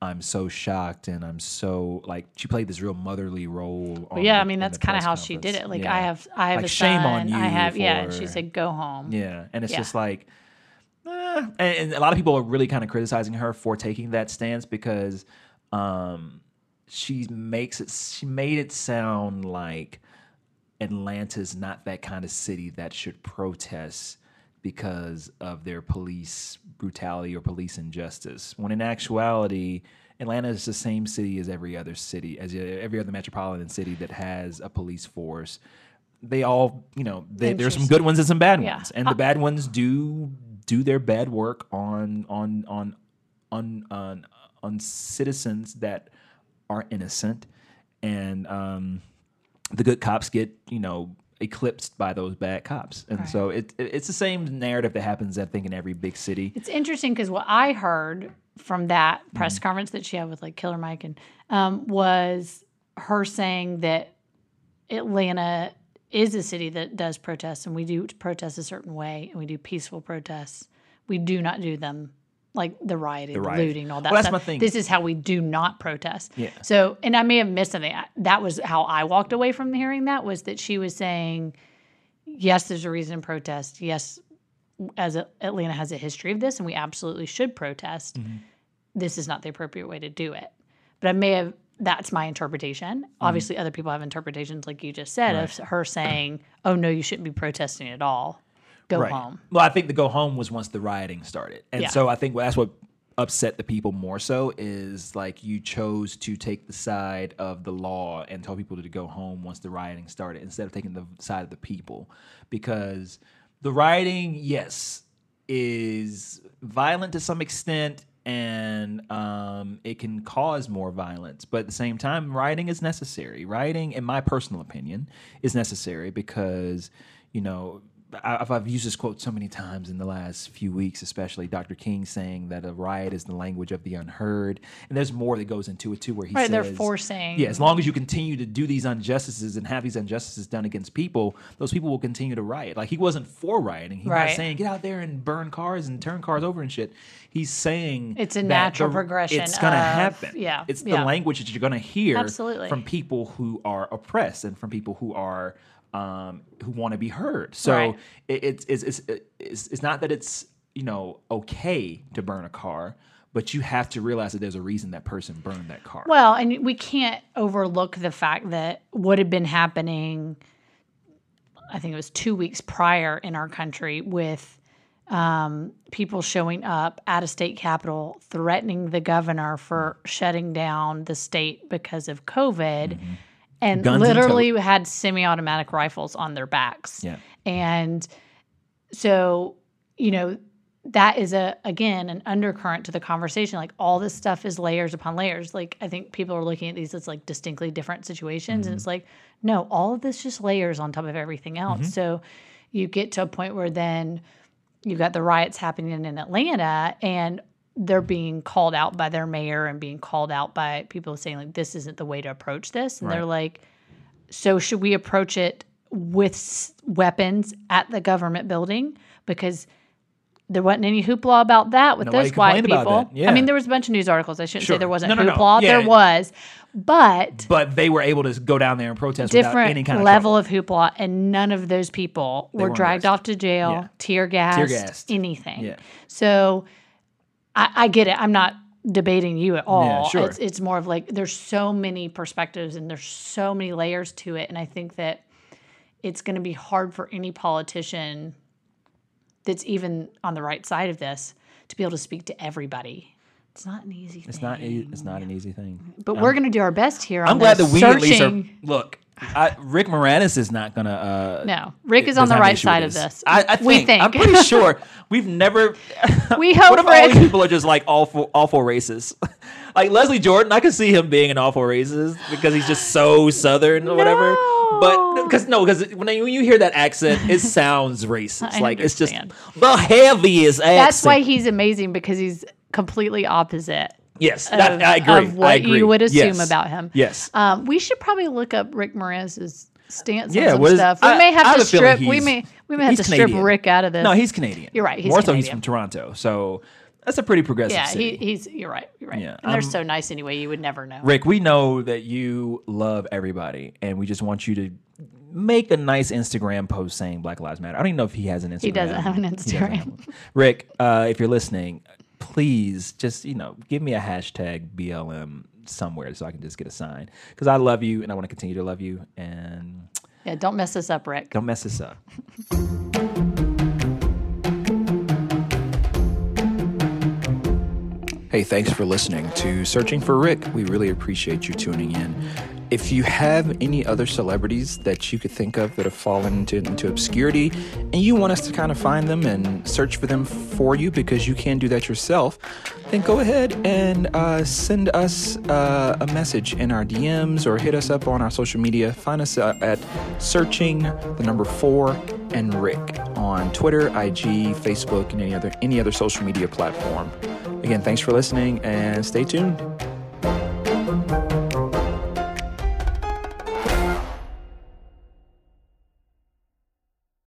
Speaker 4: "I'm so shocked" and "I'm so like" she played this real motherly role. on
Speaker 2: yeah,
Speaker 4: the-
Speaker 2: I mean
Speaker 4: in
Speaker 2: that's
Speaker 4: the
Speaker 2: kind of
Speaker 4: press
Speaker 2: how she did
Speaker 4: conference.
Speaker 2: it. Like
Speaker 4: Yeah.
Speaker 2: I have, I have
Speaker 4: Like,
Speaker 2: a
Speaker 4: shame on
Speaker 2: son. I
Speaker 4: you
Speaker 2: have, yeah. And she
Speaker 4: for-
Speaker 2: said, go home.
Speaker 4: Yeah, and it's
Speaker 2: Yeah.
Speaker 4: just like, eh. and, and a lot of people are really kind of criticizing her for taking that stance because um, she makes it. She made it sound like Atlanta's not that kind of city that should protest because of their police brutality or police injustice. When in actuality, Atlanta is the same city as every other city, as every other metropolitan city that has a police force. They all, you know, they, there's some good ones and some bad
Speaker 2: Yeah.
Speaker 4: ones, and the bad ones do do their bad work on on on on on, on citizens that are innocent, and um, the good cops get you know eclipsed by those bad cops and so it, it it's the same narrative that happens i think in every big city
Speaker 2: It's interesting because what I heard from that press
Speaker 4: Mm.
Speaker 2: conference that she had with like Killer Mike and um, was her saying that Atlanta is a city that does protests and we do protest a certain way and we do peaceful protests. We do not do them like the rioting, the
Speaker 4: rioting.
Speaker 2: looting, all that
Speaker 4: Well, that's
Speaker 2: stuff.
Speaker 4: my thing.
Speaker 2: This is how we do not protest. Yeah. So, and I may have missed something. I- That was how I walked away from hearing that was that she was saying, yes, there's a reason to protest. Yes, as a, Atlanta has a history of this, and we absolutely should protest. This is not the appropriate way to do it. But I may have. That's my interpretation. Obviously, other people have interpretations, like you just said, of her saying, "Oh no, you shouldn't be protesting at all. Go home."
Speaker 4: well i think the go home was once the rioting started and
Speaker 2: Yeah.
Speaker 4: so i think that's what upset the people more so is like you chose to take the side of the law and tell people to go home once the rioting started instead of taking the side of the people because the rioting yes is violent to some extent and um, it can cause more violence. But at the same time, rioting is necessary. Rioting, in my personal opinion, is necessary because, you know, I- I've, I've used this quote so many times in the last few weeks, especially Dr. King saying that a riot is the language of the unheard. And there's more that goes into it too, where he
Speaker 2: Right,
Speaker 4: says,
Speaker 2: they're forcing-
Speaker 4: Yeah, as long as you continue to do these injustices and have these injustices done against people, those people will continue to riot. Like he wasn't for rioting. He's
Speaker 2: Right.
Speaker 4: not saying get out there and burn cars and turn cars over and shit. He's saying
Speaker 2: It's a
Speaker 4: that
Speaker 2: natural progression
Speaker 4: It's gonna
Speaker 2: of-
Speaker 4: happen.
Speaker 2: yeah,
Speaker 4: it's
Speaker 2: yeah.
Speaker 4: the language that you're gonna hear
Speaker 2: Absolutely.
Speaker 4: from people who are oppressed and from people who are um, who want to be heard. So
Speaker 2: Right.
Speaker 4: it, it's, it's it's it's it's not that it's you know okay to burn a car, but you have to realize that there's a reason that person burned that car.
Speaker 2: Well, and we can't overlook the fact that what had been happening, I think it was two weeks prior in our country, with um, people showing up at a state capitol, threatening the governor for shutting down the state because of COVID, and
Speaker 4: Guns in tow.
Speaker 2: literally had semi automatic rifles on their backs.
Speaker 4: Yeah.
Speaker 2: And so, you know, that is a again an undercurrent to the conversation. Like all this stuff is layers upon layers. Like I think people are looking at these as like distinctly different situations, and it's like, no, all of this just layers on top of everything else. So you get to a point where then you got the riots happening in Atlanta and they're being called out by their mayor and being called out by people saying like this isn't the way to approach this and they're like so should we approach it with s- weapons at the government building because there wasn't any hoopla about that with
Speaker 4: Nobody
Speaker 2: those white
Speaker 4: complained about
Speaker 2: people.
Speaker 4: that, yeah.
Speaker 2: I mean, there was a bunch of news articles. I shouldn't say
Speaker 4: Sure.
Speaker 2: there wasn't
Speaker 4: No, no, no.
Speaker 2: hoopla.
Speaker 4: Yeah.
Speaker 2: There was, but
Speaker 4: but they were able to go down there and protest without any
Speaker 2: different
Speaker 4: kind of
Speaker 2: level of hoopla, and none of those people were
Speaker 4: weren't
Speaker 2: dragged
Speaker 4: arrested.
Speaker 2: off to jail,
Speaker 4: Yeah.
Speaker 2: tear gassed,
Speaker 4: gassed.
Speaker 2: anything.
Speaker 4: Yeah.
Speaker 2: So I, I get it. I'm not debating you at all.
Speaker 4: sure.
Speaker 2: It's it's more of like there's so many perspectives and there's so many layers to it, and I think that it's going to be hard for any politician that's even on the right side of this to be able to speak to everybody It's not an easy thing.
Speaker 4: It's not. e- It's not an easy thing.
Speaker 2: But we're going to do our best here. On
Speaker 4: I'm glad that
Speaker 2: this,
Speaker 4: we at least are.
Speaker 2: searching-
Speaker 4: Look, I, Rick Moranis is not gonna. Uh,
Speaker 2: No, Rick is
Speaker 4: does
Speaker 2: on the
Speaker 4: have an
Speaker 2: right
Speaker 4: issue with
Speaker 2: side of this.
Speaker 4: I, I think,
Speaker 2: we think.
Speaker 4: I'm pretty sure we've never.
Speaker 2: we hope
Speaker 4: what if all
Speaker 2: Rick.
Speaker 4: these people are just like all four, all four races? like Leslie Jordan, I could see him being an all four races because he's just so southern or whatever. But because no, because when, you- when you hear that accent, it sounds racist.
Speaker 2: I
Speaker 4: like it's just
Speaker 2: understand.
Speaker 4: the heaviest accent.
Speaker 2: That's why he's amazing because he's completely opposite.
Speaker 4: yes,
Speaker 2: Of,
Speaker 4: that, I agree.
Speaker 2: of what
Speaker 4: I agree.
Speaker 2: you would assume
Speaker 4: Yes.
Speaker 2: about him.
Speaker 4: Yes.
Speaker 2: Um, we should probably look up Rick Moranis's stance
Speaker 4: Yeah,
Speaker 2: on some
Speaker 4: what is-
Speaker 2: stuff. We
Speaker 4: I-
Speaker 2: may have
Speaker 4: I have
Speaker 2: to
Speaker 4: a feeling
Speaker 2: strip. We
Speaker 4: he's-
Speaker 2: may we may have
Speaker 4: he's
Speaker 2: to strip
Speaker 4: Canadian.
Speaker 2: Rick out of this.
Speaker 4: No, he's Canadian.
Speaker 2: You're right, he's
Speaker 4: More so, he's
Speaker 2: Canadian.
Speaker 4: from Toronto. So that's a pretty progressive
Speaker 2: yeah.
Speaker 4: city.
Speaker 2: He, he's you're right. You're right.
Speaker 4: Yeah,
Speaker 2: and they're
Speaker 4: I'm-
Speaker 2: so nice anyway. You would never know.
Speaker 4: Rick, we know that you love everybody, and we just want you to make a nice Instagram post saying Black Lives Matter. I don't even know if he has an Instagram. He
Speaker 2: doesn't have an
Speaker 4: doesn't have one. Rick, uh, if you're listening, please just you know give me a hashtag BLM somewhere so I can just get a sign because I love you and I want to continue to love you and
Speaker 2: Yeah. Don't mess this up, Rick.
Speaker 4: don't mess this up.
Speaker 1: Hey, thanks for listening to Searching for Rick. We really appreciate you tuning in. If you have any other celebrities that you could think of that have fallen into, into obscurity and you want us to kind of find them and search for them for you because you can do that yourself, then go ahead and uh, send us uh, a message in our DMs or hit us up on our social media. Find us uh, at searching the number four and Rick on Twitter, IG, Facebook, and any other any other social media platform. Again, thanks for listening and stay tuned.